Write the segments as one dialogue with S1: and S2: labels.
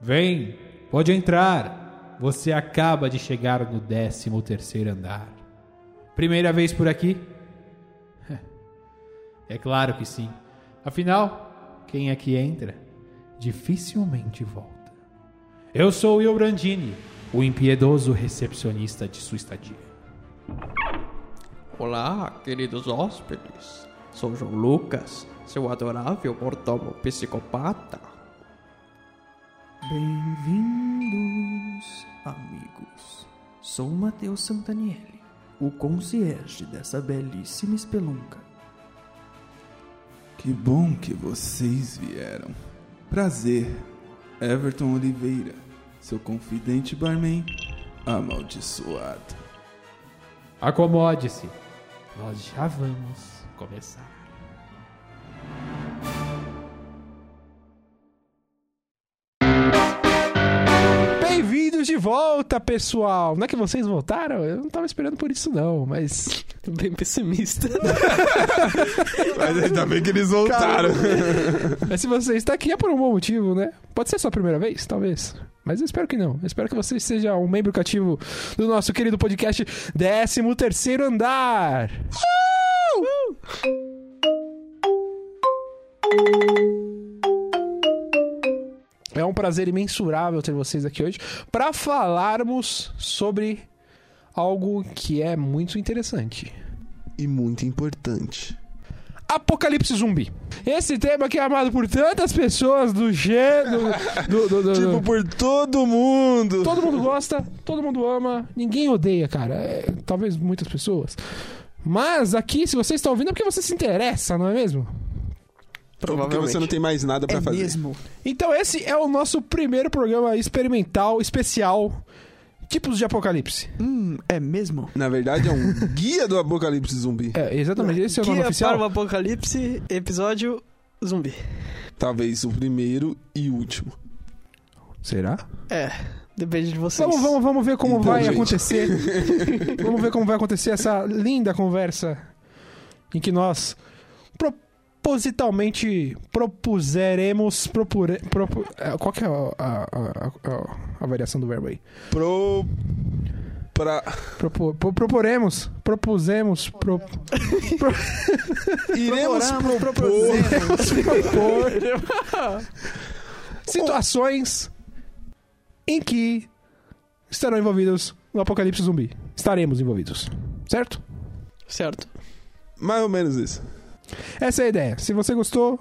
S1: Vem, pode entrar. Você acaba de chegar no 13 terceiro andar. Primeira vez por aqui? É claro que sim. Afinal, quem aqui entra, dificilmente volta. Eu sou o Brandini, o impiedoso recepcionista de sua estadia.
S2: Olá, queridos hóspedes. Sou João Lucas, seu adorável mordomo psicopata. Bem-vindos, amigos. Sou Matheus Santaniele, o concierge dessa belíssima espelunca.
S3: Que bom que vocês vieram. Prazer, Everton Oliveira, seu confidente barman amaldiçoado.
S1: Acomode-se. Nós já vamos começar.
S4: Bem-vindos de volta, pessoal! Não é que vocês voltaram? Eu não tava esperando por isso, não, mas.
S5: Bem pessimista.
S3: Mas ainda bem que eles voltaram.
S4: mas se você está aqui é por um bom motivo, né? Pode ser a sua primeira vez, talvez. Mas eu espero que não. Eu espero que você seja um membro cativo do nosso querido podcast 13 terceiro andar. É um prazer imensurável ter vocês aqui hoje para falarmos sobre algo que é muito interessante.
S6: e muito importante.
S4: Apocalipse zumbi. Esse tema que é amado por tantas pessoas do gênero. Do, do- do-
S6: Tipo,
S4: do-
S6: por todo mundo!
S4: Todo mundo gosta, todo mundo ama, ninguém odeia, cara. É, talvez muitas pessoas. Mas aqui, se você está ouvindo, é porque você se interessa, não é mesmo?
S6: Porque você não tem mais nada pra fazer.
S4: Então, esse é o nosso primeiro programa experimental, especial. Tipos de apocalipse.
S5: Hum, é mesmo?
S6: Na verdade, é um guia do apocalipse zumbi.
S4: É, exatamente, esse é o
S5: Guia
S4: nome oficial.
S5: para o Apocalipse, episódio zumbi.
S6: Talvez o primeiro e último.
S4: Será?
S5: É, depende de vocês.
S4: Vamos, vamos, vamos ver como
S6: Então,
S4: vai
S6: gente.
S4: acontecer. vamos ver como vai acontecer essa linda conversa em que nós propositalmente propuseremos. Propure, propu- é, qual que é a, a- a- a- a variação do verbo aí?
S6: Pro. Pra.
S4: Propo- pro- proporemos, propusemos, pro-
S6: Iremos
S5: Proporamos,
S6: propor.
S5: propusemos.
S4: propor situações em que estarão envolvidos no apocalipse zumbi. Estaremos envolvidos, certo?
S5: Certo.
S6: Mais ou menos isso.
S4: Essa é a ideia. Se você gostou,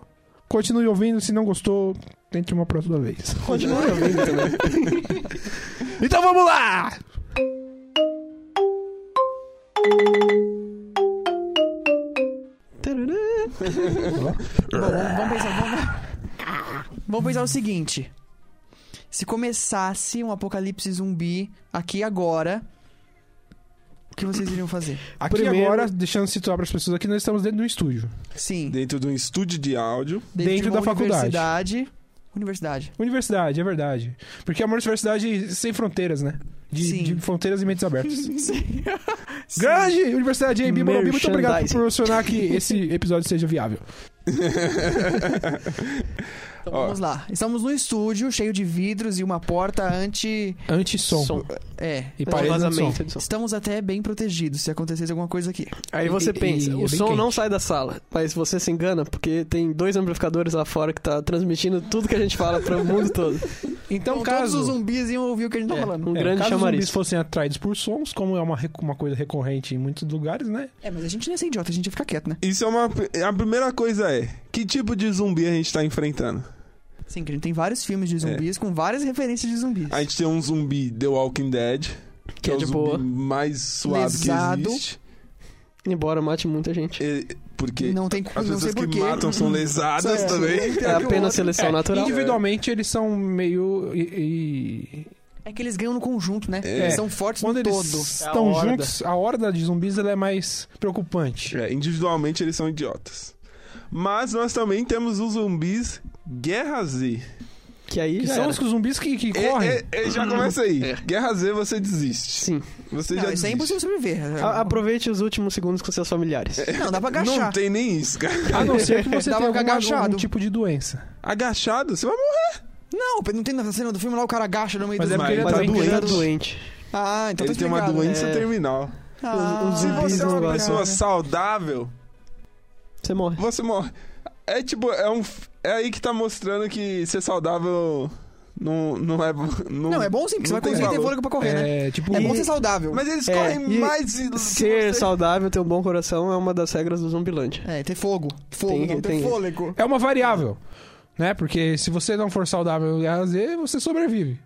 S4: continue ouvindo. Se não gostou, tente uma próxima vez.
S5: Continua ouvindo também.
S4: Então vamos lá!
S5: Tarará. Bom, vamos, vamos pensar. Vamos, vamos pensar o seguinte: se começasse um apocalipse zumbi aqui agora, o que vocês iriam fazer?
S4: Aqui
S6: Primeiro-
S4: agora, deixando situar para as pessoas aqui, nós estamos dentro de um estúdio.
S5: Sim,
S6: Dentro de um estúdio de áudio.
S4: dentro
S5: de uma
S4: da faculdade.
S5: Universidade. Universidade.
S4: Universidade, é verdade. Porque é uma universidade sem fronteiras, né?
S5: Sim.
S4: De, de fronteiras e mentes abertas. Grande Universidade AB Morumbi, muito obrigado por
S5: Merchandising.
S4: proporcionar que esse episódio seja viável.
S5: Então
S6: Ó.
S5: vamos lá. Estamos num estúdio cheio de vidros e uma porta anti.
S4: Anti-som.
S5: É.
S4: E parede
S7: vazamento de som.
S5: Estamos até bem protegidos se acontecesse alguma coisa aqui.
S7: Aí
S4: E-
S7: você
S4: e-
S7: pensa,
S4: e é
S7: o
S4: bem
S7: som não
S4: quente.
S7: sai da sala, mas você se engana porque tem dois amplificadores lá fora que tá transmitindo tudo que a gente fala pro mundo todo.
S4: Então,
S5: Então, todos
S4: caso...
S5: os zumbis iam ouvir o que a gente tá
S7: É,
S5: falando.
S7: um
S4: é,
S7: grande
S4: caso os zumbis
S7: chamariz.
S4: fossem atraídos por sons, como é uma, rec- uma coisa recorrente em muitos lugares, né?
S5: É, mas a gente não ia ser idiota, a gente ia ficar quieto, né?
S6: Isso é uma. A primeira coisa é: que tipo de zumbi a gente tá enfrentando?
S5: Sim, que a gente tem vários filmes de zumbis com várias referências de zumbis.
S6: É. A gente tem um zumbi The Walking Dead. Que,
S7: Que é
S6: o
S7: de
S6: zumbi
S7: boa.
S6: mais suave
S5: Lesado.
S6: que existe.
S7: Embora mate muita gente.
S6: E- Porque
S5: Não tem
S6: as
S5: não sei
S6: pessoas que
S5: porquê.
S6: matam são lesadas
S5: É.
S6: também.
S7: É apenas seleção
S4: É,
S7: natural.
S4: Individualmente, eles são meio. E, e-
S5: É que eles ganham no conjunto, né?
S6: É.
S5: Eles são fortes
S4: Quando
S5: no
S4: eles
S5: todo.
S4: estão juntos, É a horda de zumbis ela é mais preocupante.
S6: É, individualmente eles são idiotas. Mas nós também temos os zumbis Guerra Z.
S7: é, Que aí
S4: Que
S7: já
S4: são
S7: era.
S4: os zumbis que, que
S6: E-
S5: É,
S4: correm.
S6: e- e já começa aí. Guerra Z você desiste.
S7: Sim.
S6: Você
S5: Não,
S6: já
S5: isso
S6: desiste.
S5: é impossível sobreviver.
S7: A- aproveite os últimos segundos com seus familiares.
S5: Não, dá pra
S6: Não
S5: agachar.
S6: tem nem isso, cara.
S4: A não ser que você
S5: é, Dava
S4: tenha alguma,
S5: agachado.
S4: algum tipo de doença.
S6: Agachado, você vai morrer.
S5: Não, não tem na cena do filme lá o cara agacha no meio
S1: Mas
S5: do
S1: é porque ele
S5: Mas
S1: tá
S5: é
S7: Ele tá
S5: porque-
S7: doente.
S5: Ah, então
S6: ele
S5: tá
S6: tem uma
S5: explicado.
S6: doença
S7: é.
S6: terminal.
S5: Ah,
S7: Os- os
S6: Se você é
S7: não
S6: uma
S7: gostam,
S5: né?
S6: pessoa
S5: assim-
S6: saudável,
S7: Você morre.
S6: você morre. É tipo, é um. f- É aí que tá mostrando que ser saudável não, não é. Não,
S5: Não, é bom sim, porque você
S6: Não
S5: vai
S6: tem
S5: conseguir ter
S6: valor.
S5: fôlego pra correr, né?
S4: É, tipo,
S5: É bom
S7: E-
S5: ser saudável.
S6: Mas eles
S7: É,
S6: correm
S7: e
S6: mais. do que
S7: Ser
S6: você.
S7: saudável, ter um bom coração é uma das regras do Zumbilândia.
S5: É, ter fogo. Fogo,
S7: Tem-
S5: não ter
S7: tem-
S5: fôlego.
S4: é uma variável. Né? Porque se você não for saudável em guerra Z, você sobrevive.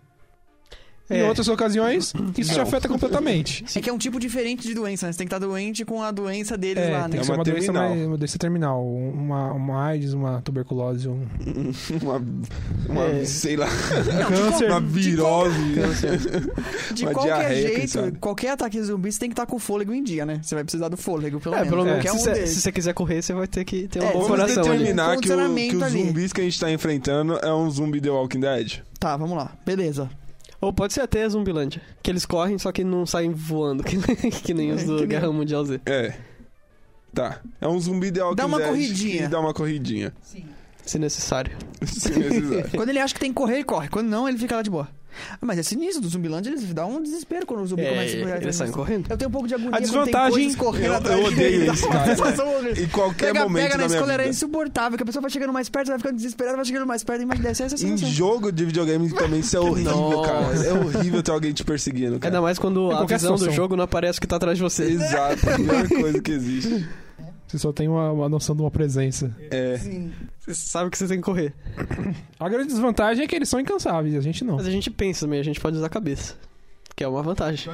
S4: Em
S7: É.
S4: outras ocasiões, isso te afeta completamente.
S5: É que é um tipo diferente de doença, né? Você tem que estar doente com a doença deles
S4: É,
S5: lá,
S4: tem
S5: né?
S4: que
S6: É
S4: ser
S6: uma
S4: uma, doença,
S6: terminal.
S4: mais- uma doença terminal. Uma, uma AIDS, uma tuberculose, um
S6: Uma. uma
S7: É.
S6: Sei lá.
S5: Não, Tipo, de
S4: câncer.
S6: Uma
S5: qual- de qual-
S6: virose.
S5: De
S6: Uma
S5: qualquer
S6: diarreia, quem
S5: jeito,
S6: sabe?
S5: qualquer ataque zumbi, você tem que estar com o fôlego em dia, né? Você vai precisar do fôlego, pelo
S7: É,
S5: menos.
S7: pelo menos. se,
S5: Qualquer
S7: você-
S5: um deles.
S7: se você quiser correr, você vai ter que ter um
S5: É,
S7: bom
S5: vamos
S7: coração
S6: Vamos
S7: ali.
S5: determinar.
S6: determinar que, o, que os
S5: Condicionamento ali.
S6: zumbis que a gente tá enfrentando é um zumbi The Walking Dead.
S5: Tá, vamos lá. Beleza.
S7: Ou pode ser até a Zumbilândia. Que eles correm, só que não saem voando, que, que nem os
S5: É,
S7: do
S5: que nem-
S7: Guerra Mundial Z.
S6: É. Tá. É um zumbi The Walking
S5: Dá uma
S6: Dead
S5: corridinha.
S6: que Dá uma corridinha.
S7: Se necessário.
S6: Se precisar.
S5: Quando ele acha que tem que correr, ele corre. Quando não, ele fica lá de boa. Ah, Mas é sinistro do Zumbiland, eles dão um desespero quando o zumbi
S7: É,
S5: começa a correr.
S7: eles saem correndo.
S5: Eu tenho um pouco de agonia
S1: A desvantagem-
S5: quando tem coisas correndo
S6: Eu-
S5: atrás
S6: eu
S5: de
S6: odeio
S5: mim. Dá
S6: isso,
S5: uma
S6: cara.
S5: sensação horrível.
S6: Em qualquer
S5: Pega,
S6: momento
S5: pega na
S6: da minha
S5: escola era
S6: vida.
S5: insuportável, que a pessoa vai chegando mais perto, vai ficando desesperada, vai chegando mais perto, e mais dessa é essa
S6: Em
S5: sensação.
S6: jogo de videogame também isso é horrível, cara. É horrível ter alguém te perseguindo, cara.
S7: Ainda mais quando
S4: Em
S7: a
S4: qualquer
S7: visão do
S4: situação.
S7: jogo não aparece o que tá atrás de você.
S6: Exato, a pior coisa que existe.
S4: Você só tem uma, uma noção de uma presença.
S6: É.
S7: Você sabe que você tem que correr.
S4: A grande desvantagem é que eles são incansáveis, a gente não.
S7: Mas a gente pensa também, a gente pode usar a cabeça. Que é uma vantagem.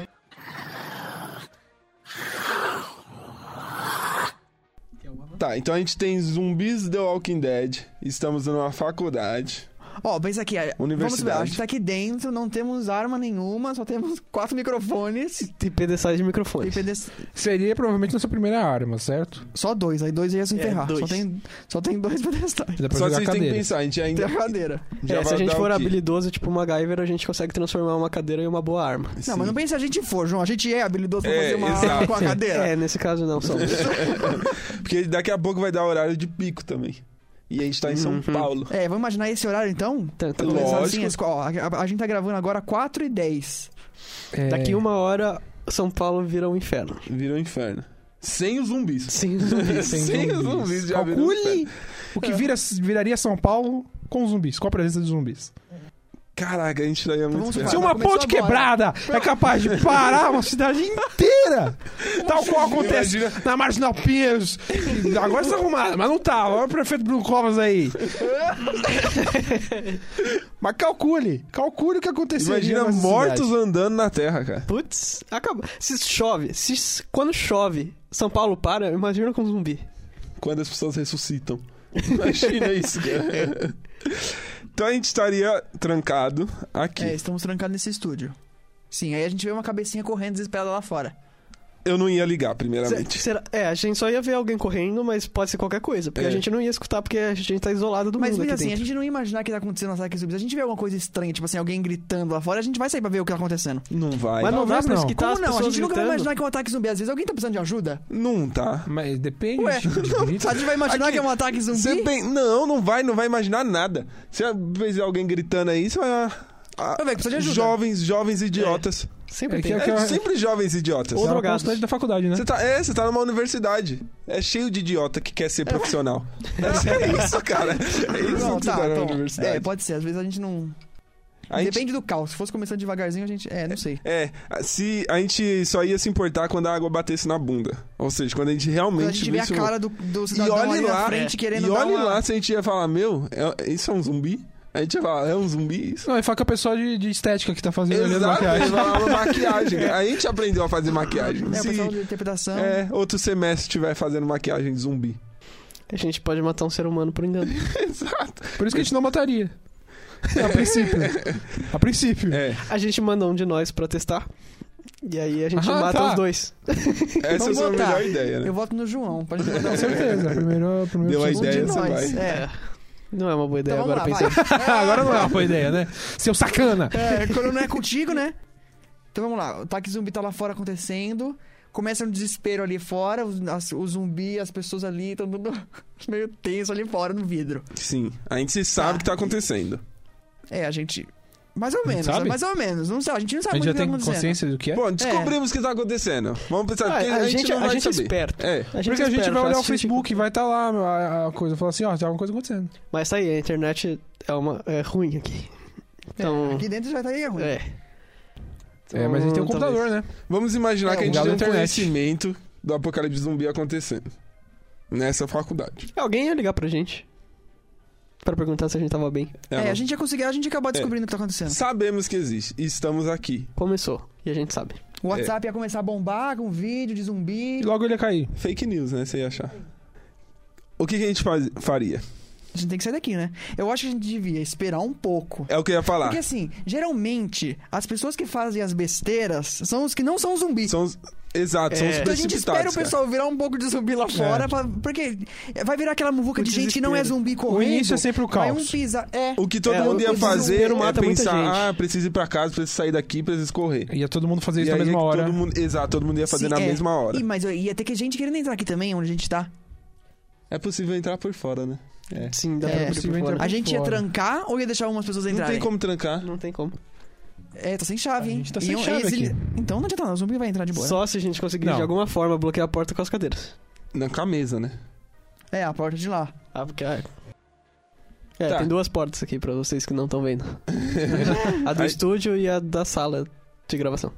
S6: Tá, então a gente tem zumbis The Walking Dead. Estamos numa faculdade.
S5: Ó, pensa aqui, a- vamos ver,
S6: Universidade.
S5: a gente tá aqui dentro, não temos arma nenhuma, só temos quatro microfones
S7: Tem pedestais de microfone.
S5: e pedes-
S4: Seria provavelmente nossa primeira arma, certo?
S5: Só dois, aí dois ia se
S7: É,
S5: enterrar. só,
S7: dois.
S5: tem, só tem dois pedestais.
S4: Dá pra
S6: Só que
S4: jogar
S6: vocês têm que
S4: cadeira.
S6: pensar, a gente
S5: Tem
S6: ainda.
S5: a cadeira.
S6: já
S7: É, se
S6: vai
S7: a gente
S6: dar
S7: for
S6: o quê?
S7: habilidoso, tipo uma MacGyver, a gente consegue transformar uma cadeira em uma boa arma.
S5: Não, mas não pensa se a gente for, João. A gente é habilidoso pra
S6: É,
S5: fazer uma arma
S6: exato.
S5: com a cadeira.
S7: É, nesse caso não, só.
S6: Porque daqui a pouco vai dar horário de pico também. E a gente tá em São
S7: Uhum.
S6: Paulo.
S5: É, vamos imaginar esse horário então?
S7: Tá, tá
S5: Pra
S7: bom.
S5: começar
S6: Lógico.
S5: assim, a, escola, ó, a- a gente tá gravando agora 4 e 10.
S4: É,
S7: Daqui uma hora, São Paulo vira um inferno.
S6: Virou um inferno. Sem os zumbis.
S7: Sim, zumbis.
S6: Sem os zumbis já virou um
S4: Calcule
S6: inferno.
S4: o que vira- viraria São Paulo com zumbis, com a presença de zumbis.
S6: Caraca, a gente daí é muito
S5: vamos
S6: ferrado.
S4: Se
S5: Vai,
S4: uma
S5: começou
S4: ponte
S5: agora.
S4: quebrada é capaz de parar uma cidade inteira, tal qual acontece
S6: Imagina-
S4: na Marginal Pinheiros. Agora está arrumado, mas não tá. Olha o prefeito Bruno Covas aí. mas calcule, calcule o que aconteceria
S6: Imagina
S4: nessa
S6: mortos
S4: cidade.
S6: andando na terra, cara.
S7: Putz, acabou. Se chove, se quando chove, São Paulo para, imagina com zumbi.
S6: Quando as pessoas ressuscitam. Imagina isso, cara. Então a gente estaria trancado aqui.
S5: É, estamos trancados nesse estúdio. Sim, aí a gente vê uma cabecinha correndo desesperada lá fora.
S6: Eu não ia ligar,
S7: Se-
S6: primeiramente.
S7: será- é, a gente só ia ver alguém correndo, mas pode ser qualquer coisa, porque
S6: É.
S7: a gente não ia escutar porque a gente tá isolado do
S5: Mas
S7: mundo aqui
S5: mesmo assim, a
S7: dentro.
S5: gente não ia imaginar que tá acontecendo um ataque zumbi. Se a gente vê alguma coisa estranha, tipo assim, alguém gritando lá fora, a gente vai sair pra ver o que tá acontecendo.
S6: Não vai.
S7: Mas não dá
S4: Talvez
S7: pra
S4: não.
S6: tá
S7: escutar
S5: Como
S7: as
S5: não? A
S7: pessoas
S5: gente nunca vai
S7: gritando.
S5: imaginar que é um ataque zumbi. Às vezes alguém tá precisando de ajuda.
S6: Não tá.
S4: Mas depende.
S5: Ué,
S4: tipo de grito.
S5: A gente vai imaginar
S6: Aqui,
S5: que é um ataque
S6: Você
S5: zumbi.
S6: pen- Não, não vai, não vai imaginar nada. Se vez alguém gritando aí, você vai. Ah,
S5: Ô, velho, precisa de ajuda.
S6: jovens, jovens idiotas.
S7: Sempre
S4: É que
S7: tem.
S6: É,
S4: é que eu-
S6: sempre jovens idiotas.
S7: Ou
S4: É uma
S7: drogados.
S4: constante da faculdade, né?
S6: Você tá, é, você tá numa universidade. É cheio de idiota que quer ser profissional. É isso, cara. É isso
S5: Não,
S6: que você tá,
S5: tá,
S6: na
S5: então,
S6: universidade.
S5: É, pode ser. Às vezes a gente não...
S6: A gente-
S5: Depende do caos. Se fosse começando devagarzinho, a gente... É, não sei.
S6: É, se a gente só ia se importar quando a água batesse na bunda. Ou seja, quando a gente realmente
S5: Quando a gente vê a
S6: visse um-
S5: cara do, do
S6: e
S5: cidadão
S6: olhe
S5: ali
S6: lá, é.
S5: na frente querendo
S6: e olhe
S5: dar uma... É,
S6: lá se a gente ia falar, meu, é- isso é um zumbi? A gente ia falar, é um zumbi isso?
S4: Não, e fala com a pessoa de, de estética que tá fazendo olhando
S6: Exato, a gente
S4: maquiagem.
S6: falava maquiagem. A gente aprendeu a fazer maquiagem.
S5: É, o
S6: se,
S5: pessoal de interpretação.
S6: é, outro semestre estiver fazendo maquiagem de zumbi.
S7: A gente pode matar um ser humano por engano.
S6: Exato.
S4: Por isso que a gente não mataria. A princípio. A princípio.
S6: É,
S7: A gente manda um de nós pra testar. E aí a gente
S4: Ah,
S7: mata
S4: tá.
S7: os dois.
S6: essa é a
S5: Vamos
S6: sua
S5: votar.
S6: melhor ideia, né?
S5: Eu voto no João. Pode botar
S4: Com certeza. Primeiro, primeiro
S6: Deu a
S4: time.
S5: um
S6: ideia,
S5: de
S6: você
S5: nós.
S6: vai.
S5: É.
S7: Não é uma boa ideia
S5: Então vamos
S7: agora
S5: lá,
S7: pensar.
S5: vai.
S4: Agora não é uma boa ideia, né? Seu sacana!
S5: É, quando não é contigo, né? Então vamos lá. O ataque zumbi tá lá fora acontecendo. Começa um desespero ali fora. os- as- O zumbi, as pessoas ali, todo mundo meio tenso ali fora no vidro.
S6: Sim, a gente sabe o que tá acontecendo.
S5: É, a gente. Mais ou
S1: gente
S5: menos, né?
S1: sabe?
S5: mais ou menos. Não sei, a gente
S4: A
S5: não
S6: É,
S5: sabe
S4: gente
S5: muito
S4: já
S5: o que tá
S4: tem
S5: acontecendo.
S4: consciência do que é?
S6: Bom, descobrimos o que tá acontecendo. Vamos pensar,
S7: Ah,
S6: porque a, gente, não
S7: a
S6: vai
S7: gente é
S6: saber.
S7: esperto.
S6: É.
S4: Porque a
S7: é
S4: gente
S7: esperto,
S4: vai olhar o
S7: faz sentido.
S4: Facebook e vai estar lá a, a coisa. Falar assim, ó, tem alguma coisa acontecendo.
S7: Mas tá aí, a internet é, uma, é ruim aqui. Então.
S5: Aqui dentro já tá aí ruim.
S7: É.
S4: é, mas a gente tem um
S7: Então,
S4: computador, né?
S7: talvez.
S6: Vamos imaginar
S5: É,
S6: que a
S5: um
S6: gente
S4: galo
S6: tem um
S4: internet.
S6: conhecimento do apocalipse zumbi acontecendo. Nessa faculdade.
S7: Alguém ia ligar pra gente. Pra perguntar se a gente tava bem.
S5: É, a gente já conseguiu, a gente acabou descobrindo o que tá acontecendo.
S6: Sabemos que existe. e Estamos aqui.
S7: Começou. E a gente sabe.
S5: O WhatsApp ia começar a bombar com vídeo de zumbi.
S4: E logo ele ia cair.
S6: Fake news, né? Você ia achar. O que, que a gente faz- faria?
S5: A gente tem que sair daqui, né? Eu acho que a gente devia esperar um pouco.
S6: É o que eu ia falar.
S5: Porque assim, geralmente, as pessoas que fazem as besteiras são os que não são zumbis.
S6: São os- Exato, são os
S5: Então assim, a gente espera
S6: precipitados.
S5: o pessoal virar um pouco de zumbi
S6: É.
S5: lá fora, pra- porque vai virar aquela muvuca
S7: O
S5: de gente que não é
S7: desespero.
S5: zumbi
S4: O
S5: correndo.
S4: início é sempre o
S5: Vai um
S4: caos.
S5: pisar. É.
S6: cara. O que todo
S7: É,
S6: mundo
S7: o-
S6: ia
S7: o
S6: fazer
S7: desespero
S6: é
S7: mata muita
S6: pensar:
S7: gente.
S6: ah, preciso ir pra casa, preciso sair daqui, preciso correr.
S4: Ia todo mundo fazer isso
S6: E
S4: na
S6: aí é
S4: mesma
S6: que
S4: hora.
S6: Todo mundo, exato, todo mundo ia fazer
S5: Sim,
S6: na
S5: é.
S6: mesma hora.
S5: Ih, mas eu- ia ter que gente querendo entrar aqui também, onde a gente tá.
S6: É possível entrar por fora, né? É.
S7: Sim, dá
S5: É,
S7: pra
S4: possível
S7: abrir por fora.
S5: A gente ia
S4: fora.
S5: trancar ou ia deixar algumas pessoas
S6: Não
S5: entrarem?
S6: tem como trancar.
S7: Não tem como.
S5: É, tá sem chave,
S4: A
S5: hein?
S4: gente tá sem
S5: Iam-
S4: chave
S5: eles-
S4: aqui.
S5: Então não adianta não, o zumbi vai entrar de boa.
S7: Só se a gente conseguir
S4: Não.
S7: de alguma forma bloquear a porta com as cadeiras.
S6: Não, com a mesa, né?
S5: É, a porta de lá.
S7: Ah, porque. ah, É,
S6: Tá.
S7: tem duas portas aqui pra vocês que não estão vendo: a do
S6: Aí-
S7: estúdio e a da sala de gravação.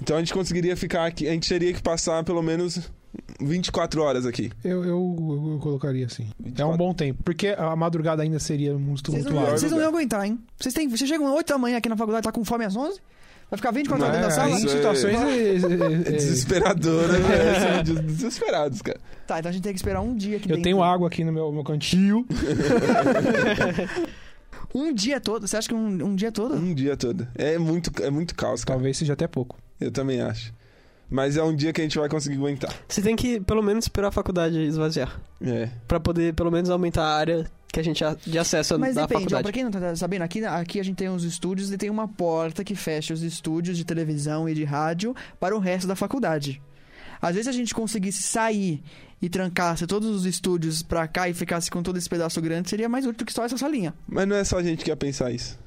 S6: Então a gente conseguiria ficar aqui. A gente teria que passar pelo menos 24 horas aqui.
S4: Eu, eu, eu colocaria assim. É
S6: 24.
S4: um bom tempo. Porque a madrugada ainda seria um muito
S5: Vocês não,
S4: tumultuada.
S5: vocês não
S6: lugar.
S5: iam aguentar, hein? Vocês, têm, vocês chegam 8 da manhã aqui na faculdade, tá com fome às 11? Vai ficar 24 horas
S4: É,
S5: dentro da
S4: em
S5: sala?
S6: isso é-
S4: situações
S6: É
S4: é, é, é,
S6: desesperador, né? São des- desesperados, cara.
S5: Tá, então a gente tem que esperar um dia aqui
S4: Eu
S5: dentro.
S4: tenho água aqui no meu, meu cantinho.
S5: Um dia todo? Você acha que um, um dia todo?
S6: Um dia todo. É muito, é muito caos, cara.
S4: Talvez seja até pouco.
S6: Eu também acho. Mas é um dia que a gente vai conseguir aguentar.
S7: Você tem que, pelo menos, esperar a faculdade esvaziar.
S6: É.
S7: Pra poder, pelo menos, aumentar a área que a gente a- de acesso
S5: Mas
S7: da
S5: depende,
S7: faculdade.
S5: ó, pra quem não tá sabendo, aqui, aqui a gente tem os estúdios e tem uma porta que fecha os estúdios de televisão e de rádio para o resto da faculdade. Às vezes se a gente conseguisse sair e trancasse todos os estúdios pra cá e ficasse com todo esse pedaço grande, seria mais útil do que só essa salinha.
S6: Mas não é só a gente que ia pensar isso.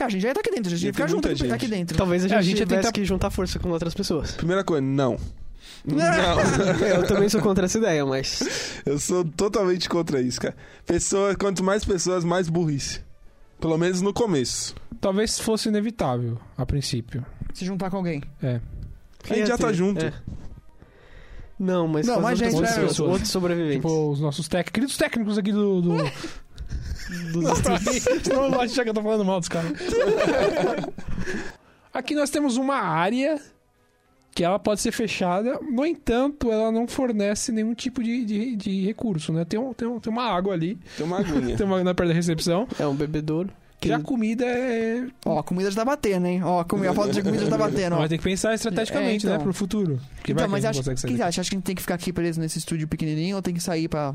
S5: É, a gente já ia estar aqui dentro, a gente
S6: Ia
S5: ia
S6: ter
S5: ficar junto tá
S6: muita
S5: aqui,
S6: gente.
S5: aqui dentro.
S7: Talvez a
S4: É,
S7: gente,
S4: a gente ia
S7: tivesse
S4: tentar-
S7: que juntar força com outras pessoas.
S6: Primeira coisa, não.
S7: É, eu também sou contra essa ideia, mas.
S6: Eu sou totalmente contra isso, cara. Pessoa, quanto mais pessoas, mais burrice. Pelo menos no começo.
S4: Talvez fosse inevitável, a princípio.
S5: Se juntar com alguém.
S4: É.
S6: A gente já tá junto.
S7: É. Não, mas.
S5: Não,
S7: com as outras
S5: mas gente,
S7: pessoas,
S4: é, outros-
S7: outros sobreviventes.
S4: Tipo, os nossos técnicos. Queridos técnicos aqui do. do...
S7: Dos outros-
S4: Senão eu vou achar que eu tô falando mal dos caras. Aqui nós temos uma área que ela pode ser fechada, no entanto, ela não fornece nenhum tipo de, de, de recurso, né? Tem, um, tem, um- tem uma água ali,
S6: Tem uma aguinha.
S4: tem uma na perto da recepção,
S7: É um bebedouro.
S4: que a comida é...
S5: Ó, a comida já tá batendo, hein? Ó, a comi- a falta de comida já tá batendo, ó.
S4: Mas tem que pensar estrategicamente,
S5: É, então.
S4: né? Pro futuro. Porque vai
S5: Então,
S4: que
S5: mas
S4: a
S5: acho,
S4: gente não consegue sair.
S5: quem você acha? Acha que a gente tem que ficar aqui preso nesse estúdio pequenininho ou tem que sair pra...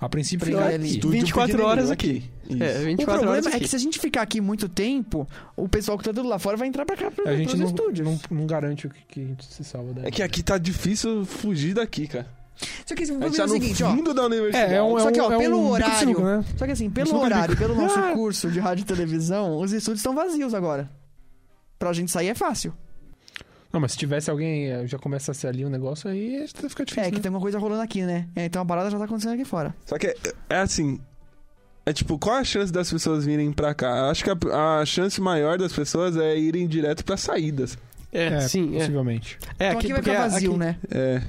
S4: A princípio
S5: Fica
S4: fica
S5: ali.
S4: aqui.
S6: Estúdio
S7: 24 horas
S6: pequenininho aqui. Isso.
S7: É,
S5: O
S7: 24 horas.
S5: problema é
S7: aqui.
S5: que se a gente ficar aqui muito tempo, o pessoal que tá do lá fora vai entrar pra cá pra,
S4: A gente
S5: pros
S4: não,
S5: estúdios.
S4: não, não garante o que, que a gente se salva daí.
S6: É que aqui tá difícil fugir daqui, cara.
S5: Só que assim,
S6: A
S5: vamos
S6: gente
S5: ver
S6: tá
S5: o
S6: no
S5: seguinte, ó.
S6: fundo da universidade.
S4: É, é um, é
S5: Só que, ó,
S4: um- é um
S5: pelo
S4: bico de
S5: horário-
S4: sinuca, né?
S5: Só que assim, pelo
S4: Isso não tem
S5: horário, pelo nosso
S4: Ah!
S5: curso de rádio e televisão, os estúdios estão vazios agora. Pra gente sair é fácil.
S4: Não, mas se tivesse alguém, eh, já começa a ser ali o negócio, aí fica difícil.
S5: É, que
S4: né?
S5: tem uma coisa rolando aqui, né? É, então a parada já tá acontecendo aqui fora.
S6: Só que é, é assim. É tipo, qual a chance das pessoas virem pra cá? Acho que a, a chance maior das pessoas é irem direto pra saídas.
S7: É, sim, é.
S4: Possivelmente.
S7: É,
S5: então aqui, vai
S7: porque
S5: ficar vazio,
S7: aqui-
S5: né?
S6: É.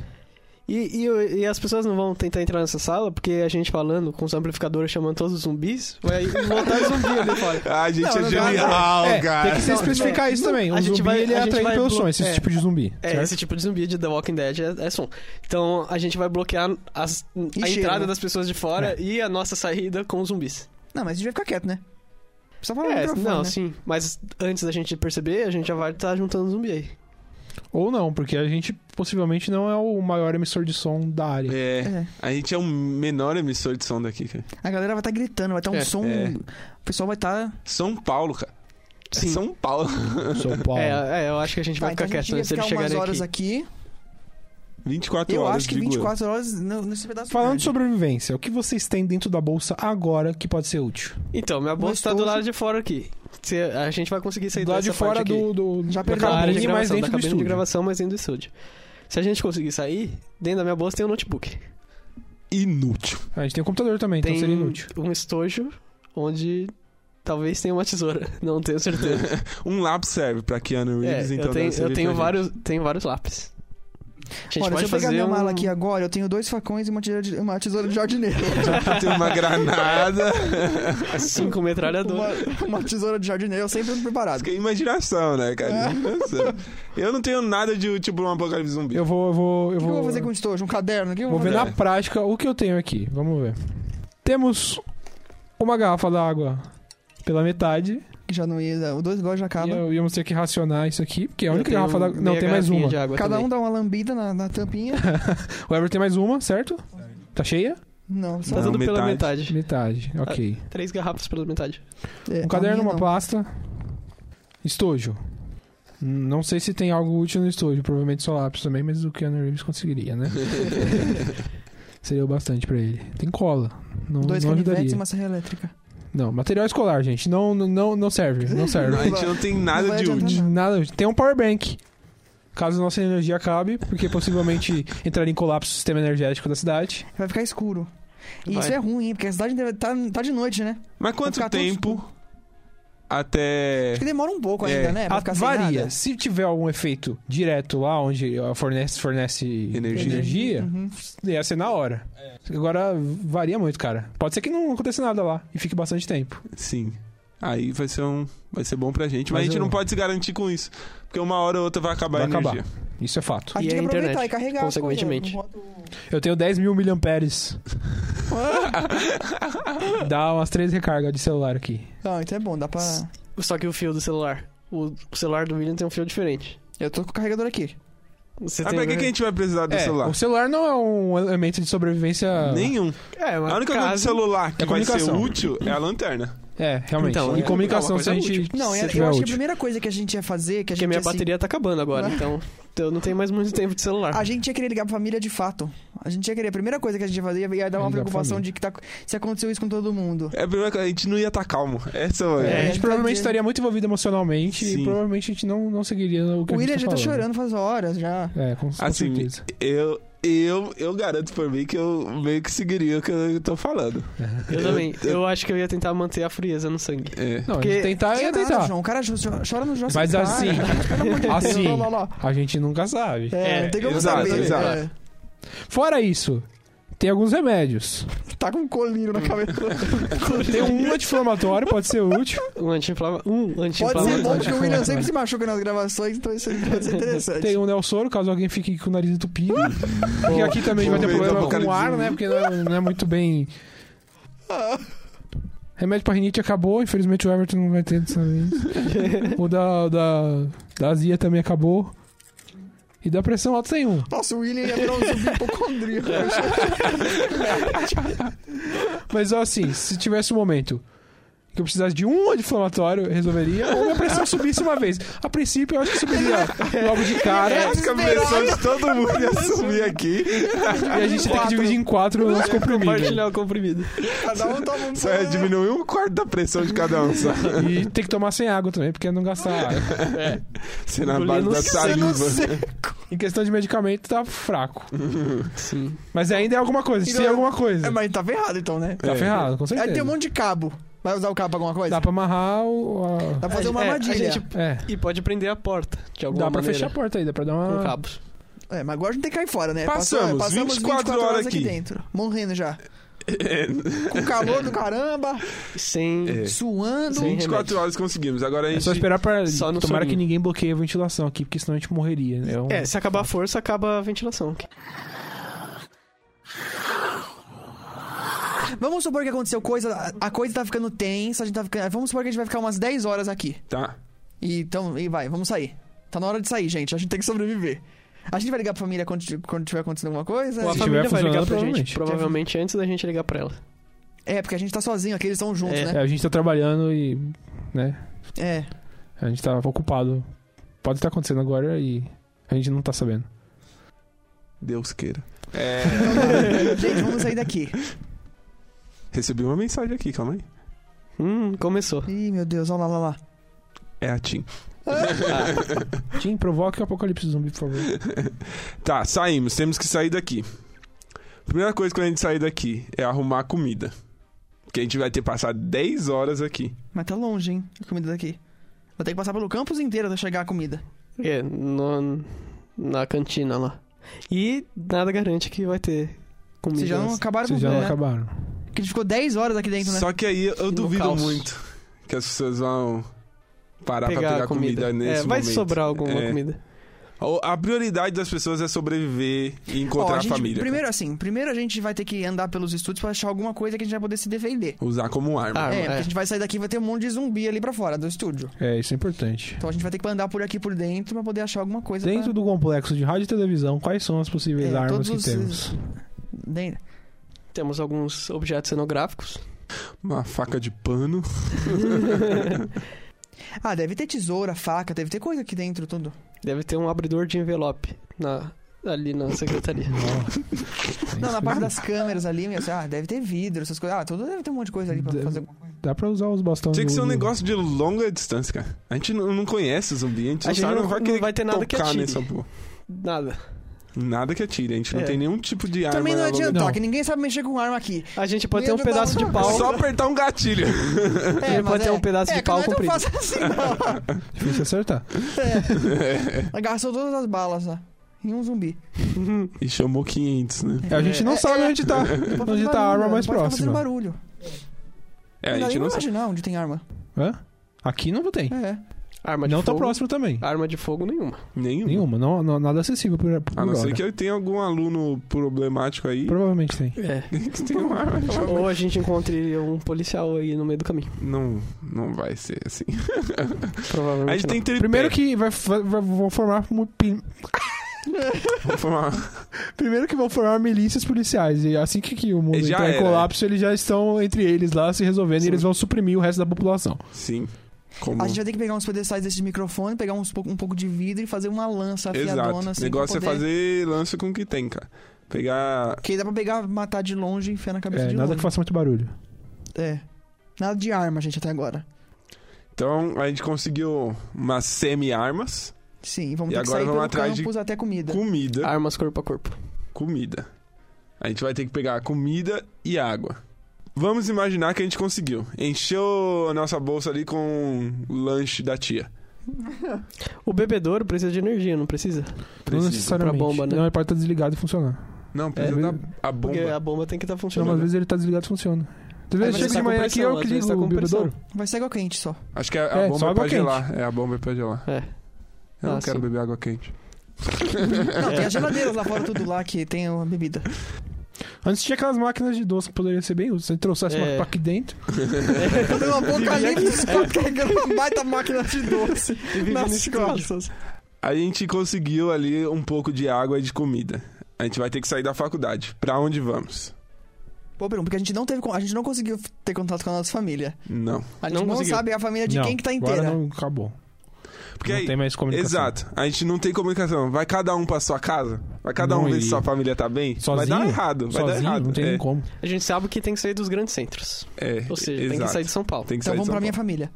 S7: E, e, e as pessoas não vão tentar entrar nessa sala, porque a gente falando com os amplificadores chamando todos os zumbis, vai lotar zumbi ali fora.
S3: Ai, gente,
S7: Não,
S3: é
S7: não,
S3: genial,
S4: é,
S3: cara.
S4: Tem que se especificar isso também. O
S7: a gente
S4: zumbi
S7: vai-
S4: ele é
S7: a gente
S4: atraído
S7: vai
S4: pelo
S7: blo-
S4: sonho, esse
S7: é.
S4: tipo de zumbi.
S7: É,
S4: certo?
S7: esse tipo de zumbi de The Walking Dead é, é som. Então a gente vai bloquear as-
S5: E
S7: a
S5: cheiro,
S7: entrada
S5: né?
S7: das pessoas de fora
S4: É.
S7: e a nossa saída com os zumbis.
S5: Não, mas a gente vai ficar quieto, né? Precisa
S4: Ah,
S5: falar no
S7: é,
S5: microfone,
S7: não,
S5: né?
S7: sim. Mas antes da gente perceber, a gente já vai estar juntando zumbi aí.
S4: Ou não, porque a gente possivelmente não é o maior emissor de som da área.
S6: É.
S5: É.
S6: A gente é o menor emissor de som daqui, cara.
S5: A galera vai estar gritando, vai estar um
S4: É.
S5: som.
S6: É.
S5: O pessoal vai tá estar.
S6: São Paulo, cara. É
S7: Sim.
S6: São Paulo.
S4: São Paulo.
S7: É, é, eu acho que a gente vai
S5: então
S7: ficar
S5: a gente
S7: quieto
S5: ia
S7: né, se
S5: ficar
S7: eles
S5: umas
S7: chegarem
S5: horas
S7: aqui.
S5: aqui.
S6: 24
S5: Eu
S6: horas,
S5: acho que
S6: digo eu.
S5: 24 horas no- nesse pedaço.
S4: Falando de
S5: grande.
S4: sobrevivência, o que vocês têm dentro da bolsa agora que pode ser útil?
S7: Então, minha bolsa tá do lado de fora aqui. Se- a gente vai conseguir sair
S4: Do lado de
S7: dessa
S4: fora
S7: parte aqui.
S4: do, do.
S5: Já
S4: da
S5: perdeu a
S4: cabine,
S5: linha,
S7: de
S4: um mas
S7: gravação,
S4: dentro
S7: da
S4: do
S7: cabine de
S4: estúdio.
S7: gravação, mas dentro do estúdio. Se a gente conseguir sair, dentro da minha bolsa tem um notebook.
S6: Inútil.
S4: A gente tem um computador também,
S7: Tem
S4: então seria inútil.
S7: um estojo onde talvez tenha uma tesoura. Não tenho certeza.
S6: Um lápis serve pra Keanu
S7: É,
S6: Reeves, então
S7: eu tenho,
S6: deve servir
S7: eu
S6: pra
S7: tenho
S6: gente.
S7: vários, tenho vários lápis. A gente
S5: Olha,
S7: pode
S5: se eu pegar
S7: fazer
S5: minha
S7: um...
S5: mala aqui agora, eu tenho dois facões e uma tesoura de, uma tesoura de jardineiro.
S6: Tem uma granada.
S7: cinco metralhadoras.
S5: uma, uma tesoura de jardineiro, eu sempre preparado.
S6: Que imaginação, né, cara? Nossa. Eu não tenho nada de útil pra um apocalipse zumbi.
S4: Eu vou, eu vou, eu
S5: O que
S4: vou.
S5: eu vou fazer com o estojo? Um caderno? O que eu
S4: Vou
S5: vou
S4: ver
S5: fazer?
S4: na prática o que eu tenho aqui. Vamos ver. Temos uma garrafa d'água pela metade.
S5: Que Já não ia dar. O dois gols já
S4: E
S5: acaba.
S4: eu, e vamos ter que racionar isso aqui, porque é
S5: É
S4: a
S7: Eu
S4: única
S7: tenho
S6: um
S4: garrafa d'água. Não,
S7: meia
S4: tem mais
S7: garrafinha
S4: uma.
S7: de água
S5: Cada
S7: também.
S5: um dá uma lambida na, na tampinha.
S4: O Everton tem mais uma, certo? Tá cheia?
S5: Não,
S7: Tá
S5: só.
S6: Não,
S7: tudo pela
S6: metade.
S7: metade.
S4: Metade, ok.
S7: Três garrafas pela metade.
S5: Ah, é,
S4: Um caderno,
S5: a minha
S4: uma
S5: não.
S4: pasta. Estojo. Hum, Não sei se tem algo útil no estojo, provavelmente só lápis também, mas o Keanu Reeves conseguiria, né? Seria o bastante pra ele. Tem cola. Não,
S5: Dois
S4: não
S5: canivetes
S4: ajudaria.
S5: e uma serra elétrica.
S4: Não, material escolar, gente. Não, não, não serve. Não serve.
S6: A gente não tem nada
S5: vai
S6: de
S5: adiantar
S6: útil.
S5: nada.
S4: Nada. Tem um power bank. Caso nossa energia acabe, porque possivelmente entraria em colapso o sistema energético da cidade.
S5: Vai ficar escuro. E
S7: Vai.
S5: isso é ruim, hein? Porque a cidade inteira tá, tá de noite, né?
S6: Mas
S5: Vai
S6: quanto
S5: ficar tudo
S6: tempo até.
S5: Acho que demora um pouco
S6: É.
S5: ainda, né? Pra
S4: A-
S5: ficar sem
S4: varia.
S5: nada.
S4: Se tiver algum efeito direto lá onde ó, fornece, fornece
S6: Energia.
S4: energia,
S5: Uhum.
S4: ia ser na hora.
S5: É.
S4: Agora varia muito, cara. Pode ser que não aconteça nada lá e fique bastante tempo.
S6: Sim. Aí vai ser um. Vai ser bom pra gente. Mas,
S4: Mas
S6: a gente
S4: eu-
S6: não pode se garantir com isso. Porque uma hora ou outra vai acabar
S4: Vai
S6: a energia.
S4: acabar. Isso é fato.
S5: A
S7: E
S5: gente
S7: a
S5: tem que aproveitar
S7: internet,
S5: e carregar.
S7: consequentemente.
S5: pô, é, no-
S4: Eu tenho 10 mil miliamperes. Dá umas três recargas de celular aqui.
S5: Não, então é bom, dá pra.
S7: Só que o fio do celular. O, o celular do William tem um fio diferente.
S5: Eu tô com o carregador aqui.
S7: Você
S6: Ah,
S7: tem um
S6: pra que, que a gente vai precisar do
S4: É,
S6: celular?
S4: O celular não é um elemento de sobrevivência.
S6: Nenhum.
S7: É, mas
S6: A única coisa do
S7: caso...
S6: celular que
S4: É
S6: vai ser
S4: comunicação.
S6: útil é a lanterna.
S4: É, realmente.
S7: Então,
S4: e
S7: é
S4: comunicação,
S7: uma
S4: se
S7: coisa
S4: a gente.
S5: Não,
S4: se
S5: eu,
S4: tiver
S5: eu acho que a
S4: útil.
S5: primeira coisa que a gente ia fazer, que a gente
S7: Porque minha
S5: ia se-
S7: bateria tá acabando agora, então... Eu não tenho mais muito tempo de celular.
S5: A gente ia querer ligar pra família de fato. A gente ia querer. A primeira coisa que a gente ia fazer ia- ia dar uma
S4: Ligar pra
S5: preocupação
S4: família.
S5: de que tá, se aconteceu isso com todo mundo.
S6: É a primeira coisa, a gente não ia estar calmo. Essa
S4: É, a
S6: é.
S5: É,
S4: gente provavelmente
S5: entendi.
S4: estaria muito envolvido emocionalmente e
S6: Sim.
S4: provavelmente a gente não, não seguiria o que
S5: O
S4: a gente
S5: William já tá
S4: falando.
S5: chorando faz horas já.
S4: É, com, com
S6: Assim,
S4: certeza.
S6: Eu, eu, eu garanto por mim que eu meio que seguiria o que eu tô falando.
S7: Eu
S6: Eu-
S7: também.
S6: eu-
S7: Eu acho que eu ia tentar manter a frieza no sangue.
S6: É.
S4: Não, a
S7: porque-
S4: gente tentar, ia
S5: Tinha nada,
S4: tentar.
S5: João. O cara jo- chora no João.
S4: Mas
S5: cara.
S4: assim,
S5: Pelo amor de Deus.
S4: assim,
S5: Lá, lá, lá.
S4: a gente nunca sabe.
S5: É,
S7: É,
S5: não tem como
S6: exato,
S5: saber.
S6: exato.
S5: É.
S4: Fora isso, tem alguns remédios.
S5: tá com um colírio na cabeça.
S4: Tem um anti-inflamatório, pode ser útil.
S7: Um anti-inflamatório. Um
S5: Pode ser
S7: anti-inflamatório.
S5: bom, porque o William sempre se machuca nas gravações, então isso pode ser interessante.
S4: Tem um Nelsoro, caso alguém fique com o nariz entupido. Porque aqui também
S6: Bom,
S4: vai ter
S6: bem,
S4: problema
S6: tá bom.
S4: com o ar, né? Porque não é, não é muito bem. Remédio pra rinite acabou, infelizmente o Everton não vai ter dessa vez. o da, o da, da azia também acabou. E da pressão alta tem um.
S5: Nossa, o William ia
S6: É,
S5: virar um zumbi hipocondríaco.
S4: Mas ó, assim, se tivesse um momento que eu precisasse de um anti-inflamatório, eu resolveria. Ou minha pressão subisse uma vez. A princípio, eu acho que subiria logo de cara.
S6: Acho que a pressão de todo mundo ia subir aqui.
S4: E a gente tem que dividir em quatro o nosso comprimido.
S7: Compartilhar o comprimido.
S5: Cada um toma um
S6: Só ia
S5: pouco, né?
S6: diminuir um quarto da pressão de cada um, sabe?
S4: E tem que tomar sem água também, porque não gastar água.
S6: Ser na
S7: Engolindo
S6: base da saliva.
S5: Sendo seco.
S4: Em questão de medicamento, tá fraco.
S7: Sim.
S4: Mas ainda é alguma coisa, se é alguma coisa.
S5: É, mas ele tá ferrado então, né?
S7: É.
S4: Tá ferrado, com certeza.
S5: Aí tem um monte de cabo. Vai usar o cabo pra alguma coisa?
S4: Dá pra amarrar o. a-
S5: Dá pra fazer
S7: É,
S5: uma
S7: a
S5: armadilha. Tipo,
S7: gente-
S4: É.
S7: E pode prender a porta, de alguma
S4: Dá pra
S7: maneira.
S4: fechar a porta Ah. aí, dá pra dar
S7: Com
S4: uma.
S7: cabos.
S5: É, mas agora a gente tem que cair fora, né?
S6: Passamos,
S5: Passou-
S6: 24 horas aqui.
S5: dentro. Morrendo já. Com calor do caramba,
S7: Sem...
S6: É.
S5: suando.
S7: Sim.
S6: 24 horas conseguimos. Agora a
S4: É
S6: gente.
S4: só esperar pra.
S7: Só no
S4: Tomara
S7: soninho.
S4: que ninguém bloqueie a ventilação aqui, porque senão a gente morreria. né? É, um-
S7: É, se acabar a força, acaba a ventilação.
S5: Vamos supor que aconteceu coisa, a- a coisa tá ficando tensa, a gente tá ficando... Vamos supor que a gente vai ficar umas 10 horas aqui.
S6: Tá.
S5: E, então, e vai, vamos sair. Tá na hora de sair, gente. A gente tem que sobreviver. A gente vai ligar pra família quando, ti- quando tiver acontecendo alguma coisa.
S7: Ou a
S4: Se
S7: família
S4: tiver
S7: vai ligar
S4: funcionando,
S7: pra gente.
S4: provavelmente.
S7: Provavelmente antes da gente ligar pra ela.
S5: É, porque a gente tá sozinho aqui, eles estão juntos,
S7: É.
S5: né?
S4: É, a gente tá trabalhando e. né?
S5: É.
S4: A gente tá ocupado. Pode estar acontecendo agora e. A gente não tá sabendo.
S6: Deus queira. É,
S5: Então, tá. Gente, vamos sair daqui.
S6: recebi uma mensagem aqui, calma aí.
S7: Hum, começou.
S5: Ih, meu Deus, olha lá, olha lá.
S6: É a Tim.
S4: Tim, provoque o apocalipse zumbi, por favor.
S6: Tá, saímos, temos que sair daqui. Primeira coisa quando a gente sair daqui é arrumar comida. Porque a gente vai ter passado 10 horas aqui.
S5: Mas tá longe, hein? A comida daqui. Vou ter que passar pelo campus inteiro até chegar a comida.
S7: É, no, na cantina lá. E nada garante que vai ter comida.
S5: Vocês já não acabaram
S4: Vocês
S5: com
S4: já
S5: né?
S4: não acabaram.
S5: Porque a gente ficou 10 horas aqui dentro, né?
S6: Só que aí eu duvido
S7: caos.
S6: muito que as pessoas vão parar
S7: pegar,
S6: pra pegar
S7: a comida.
S6: comida, nesse
S7: é, vai
S6: momento.
S7: sobrar alguma
S6: É.
S7: comida.
S6: Ou A prioridade das pessoas é sobreviver e
S5: Ó,
S6: encontrar
S5: a
S6: a,
S5: gente-
S6: família.
S5: Primeiro assim, primeiro a gente vai ter que andar pelos estúdios pra achar alguma coisa que a gente vai poder se defender.
S6: Usar como arma.
S7: Ah,
S5: é,
S7: é.
S5: porque a gente vai sair daqui e vai ter um monte de zumbi ali pra fora do estúdio.
S4: É, isso é importante.
S5: Então a gente vai ter que andar por aqui por dentro pra poder achar alguma coisa.
S4: Dentro do complexo de rádio e televisão, quais são as possíveis
S5: É,
S4: armas
S5: todos
S4: que
S5: os-
S4: temos?
S5: pra... dentro.
S7: Temos alguns objetos cenográficos. Ah.
S6: Uma faca de pano.
S5: Ah, deve ter tesoura, faca, deve ter coisa aqui dentro, tudo.
S7: Deve ter um abridor de envelope na, ali na secretaria.
S5: Não, na parte das câmeras ali, meu, ah, deve ter vidro, essas coisas. Ah, tudo deve ter um monte de coisa ali pra
S4: Deve-
S5: fazer alguma coisa.
S4: Dá pra usar os bastões.
S6: Tinha que
S4: do-
S7: Hum.
S6: ser um
S4: do-
S6: negócio de longa distância, cara. A gente não, não conhece os ambientes,
S7: A gente
S6: sabe,
S7: não-
S6: vai
S7: não
S6: querer
S7: vai ter nada que
S6: tocar
S7: atire.
S6: nessa porra.
S7: Nada.
S6: Nada que atire, a gente não
S7: É.
S6: tem nenhum tipo de arma.
S5: Também não
S6: na
S5: adianta,
S4: Não.
S5: que ninguém sabe mexer com arma aqui.
S7: A gente pode ter um
S5: Medo da
S7: pedaço de
S5: lua.
S7: pau.
S6: longa- Só apertar um gatilho.
S5: É, mas
S7: pode ter
S5: é-
S7: um pedaço
S5: é,
S7: de
S5: que
S7: pau
S5: não é tão
S7: comprido.
S5: fácil assim, não.
S4: Difícil acertar.
S5: É. Gastou todas as balas lá. Em um zumbi.
S6: E chamou 500, né?
S4: É, a gente não
S5: É,
S4: sabe
S5: é.
S4: onde tá,
S5: Não pode
S4: onde
S5: fazer
S4: tá a
S5: barulho,
S4: arma
S5: não
S4: mais
S5: pode ficar
S4: próxima.
S5: fazendo barulho.
S6: É, a
S5: não dá
S6: gente não
S5: nem pra
S6: sabe.
S5: imaginar onde tem arma.
S4: Hã? Aqui não tem.
S5: É.
S7: Arma de
S4: não tão
S7: fogo.
S4: próximo
S6: Ah.
S4: também.
S7: Arma de fogo nenhuma.
S6: Nenhum.
S4: Nenhuma, não, não- nada acessível por, por
S6: A não ser
S4: agora.
S6: que eu tenha algum aluno problemático aí
S4: Provavelmente tem.
S7: É.
S6: que tenha uma arma.
S7: Ou a gente encontre um policial aí no meio do caminho.
S6: Não, não vai ser assim.
S7: Provavelmente.
S6: A gente
S7: não.
S6: tem tripé.
S4: Primeiro que vai, vai- vai- vão formar mu- pi-
S6: Vamos formar-
S4: primeiro que vão formar milícias policiais e assim que, que o mundo
S6: E já
S4: entrar em
S6: era.
S4: colapso eles já estão entre eles lá se resolvendo
S6: Sim.
S4: e eles vão suprimir o resto da população.
S6: Sim. Como...
S5: A gente vai ter que pegar uns pedestais desses microfones, pegar uns, pou- um pouco de vidro e fazer uma lança
S6: Exato.
S5: afiadona. Assim,
S6: O negócio
S5: pra
S6: é
S5: poder...
S6: fazer lance com o que tem, cara. Pegar.
S5: Que dá pra pegar, matar de longe e enfiar na cabeça
S4: É,
S5: de né?
S4: nada
S5: longe.
S4: que faça muito barulho.
S5: É. Nada de arma, gente, até agora.
S6: Então a gente conseguiu umas semi-armas,
S5: Sim, vamos
S6: E
S5: ter que
S6: agora
S5: sair
S6: vamos
S5: pelo
S6: atrás de-
S5: campus até comida.
S6: comida.
S7: Armas corpo a corpo.
S6: Comida. A gente vai ter que pegar comida e água. Vamos imaginar que a gente conseguiu. Encheu a nossa bolsa ali com lanche da tia.
S7: O bebedouro precisa de energia, não precisa?
S4: Não
S6: Precisa.
S4: necessariamente.
S7: Pra bomba, né?
S4: Não, ele pode estar desligado e funcionar.
S6: Não, precisa
S4: É,
S6: da a bomba.
S7: Porque a bomba tem que estar
S4: Não,
S7: funcionando.
S4: mas às vezes ele tá desligado e funciona.
S6: É,
S4: Às vezes
S5: Aí vai
S4: chega
S5: estar
S4: de
S5: com
S4: manhã aqui eu
S7: pressão,
S4: que
S7: às vezes
S4: ligo
S7: tá
S4: o
S7: com pressão.
S4: bebedouro.
S5: Vai ser água quente só.
S6: Acho que a, a
S4: É,
S6: bomba
S4: só
S6: é
S4: água
S6: pra
S4: quente.
S6: gelar. É, a bomba é pra gelar.
S7: É.
S6: Eu
S7: Ah,
S6: não quero
S7: sim.
S6: beber água quente.
S5: Não, tem as geladeiras lá fora, tudo lá que tem a bebida.
S4: Antes tinha aquelas máquinas de doce que poderiam ser bem úteis. Se ele trouxesse
S7: É.
S4: uma pra aqui dentro.
S5: Fazer um apocalipse, os caras carregando uma baita máquina de doce nas costas.
S6: A gente conseguiu ali um pouco de água e de comida. A gente vai ter que sair da faculdade. Pra onde vamos?
S5: Pô, Bruno, porque a gente não teve. con- A gente não conseguiu ter contato com a nossa família.
S6: Não.
S5: A gente
S7: Não
S5: não,
S7: conseguiu.
S5: sabe a família de
S4: não,
S5: quem que tá
S4: Agora
S5: inteira.
S4: não acabou.
S6: Porque
S4: não
S6: aí.
S4: tem mais comunicação.
S6: Exato. A gente não tem comunicação. Vai cada um pra sua casa? Vai cada um
S4: Não,
S6: ver
S4: e-
S6: se sua família tá bem? Vai
S4: Sozinho?
S6: dar errado. Vai
S4: Sozinho,
S6: dar errado.
S4: não tem
S6: é.
S4: nem como.
S7: A gente sabe que tem que sair dos grandes centros.
S6: É,
S7: Ou seja,
S6: exato.
S7: tem que sair de São Paulo.
S6: Tem que
S5: Então
S6: sair de
S5: vamos
S6: São
S5: pra minha família.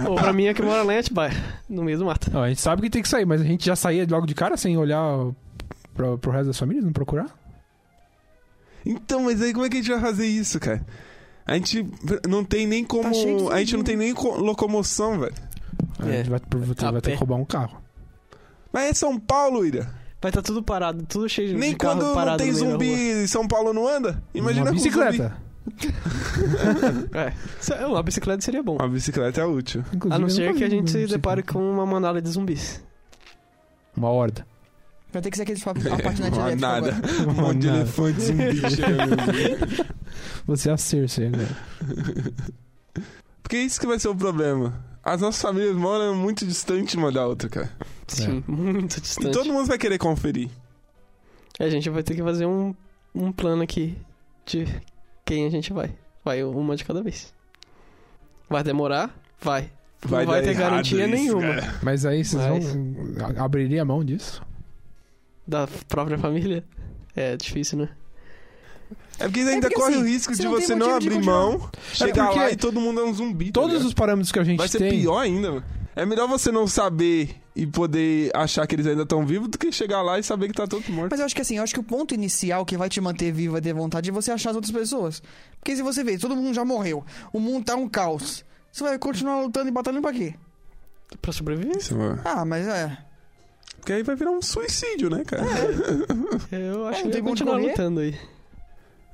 S6: Paulo.
S7: Ou pra mim é que mora lá em Atibaia, no meio do mato.
S4: Não, a gente sabe que tem que sair, mas a gente já saía logo de cara sem olhar pro, pro resto das famílias, não procurar?
S6: Então, mas aí como é que a gente vai fazer isso, cara? A gente não tem nem como.
S5: Tá cheio de
S6: a gente
S5: zumbi,
S6: não tem nem co- locomoção, velho.
S4: A
S7: É.
S4: gente vai, vai ter-
S7: A
S4: vai ter
S7: pé.
S4: que roubar um carro.
S6: Mas é São Paulo, Ira.
S7: Vai estar tudo parado, tudo cheio de
S6: Nem
S7: de carro
S6: quando não
S7: parado
S6: tem
S7: no meio da
S6: zumbi
S7: rua.
S6: em São Paulo não anda. Imagina
S4: uma
S6: com
S4: bicicleta.
S6: zumbi.
S7: É, isso é- uma bicicleta seria bom.
S6: Uma bicicleta é útil.
S4: Inclusive,
S7: A não
S4: eu
S7: ser
S4: nunca
S7: que a
S4: vi
S7: gente se
S4: bicicleta.
S7: depare com uma manada de zumbis.
S4: Uma horda.
S5: Vai ter que ser aqueles pa- a patinete
S6: Não há
S5: elétrica.
S6: nada.
S5: agora.
S6: Um monte de
S4: Nada.
S6: elefante zumbi chegando.
S4: Você é a Cersei agora.
S6: Porque é isso que vai ser o problema. As nossas famílias moram muito distante uma da outra, cara.
S7: Sim,
S6: É.
S7: muito distante.
S6: E todo mundo vai querer conferir.
S7: A gente vai ter que fazer um, um plano aqui de quem a gente vai. Vai uma de cada vez. Vai demorar? Vai.
S6: Vai
S7: não vai
S6: dar
S7: ter
S6: errado
S7: garantia
S6: isso,
S7: nenhuma.
S6: cara.
S4: Mas aí vocês
S7: Mas-
S4: vão. a- Abriria a mão disso?
S7: da própria família. É difícil, né?
S6: É porque ainda
S5: porque,
S6: corre
S5: assim,
S6: o risco
S5: você
S6: de
S5: não tem
S6: você não
S5: motivo de
S6: abrir
S5: continuar.
S6: mão, chegar
S4: porque
S6: lá e todo mundo é um zumbi. tá
S4: Todos
S6: ligado?
S4: os parâmetros que a gente
S6: Vai ser
S4: tem.
S6: pior ainda, mano. É melhor você não saber e poder achar que eles ainda estão vivos do que chegar lá e saber que tá todo morto.
S5: Mas eu acho que assim, eu acho que o ponto inicial que vai te manter vivo e ter vontade é você achar as outras pessoas. Porque se você vê, todo mundo já morreu, o mundo tá um caos. Você vai continuar lutando e batalhando pra quê?
S7: Pra sobreviver?
S6: Isso, mano.
S5: Ah, mas é.
S6: Porque aí vai virar um suicídio, né, cara?
S7: Eu acho que
S5: É, não tem
S7: eu
S5: como
S7: vou continuar
S5: correr.
S7: lutando aí.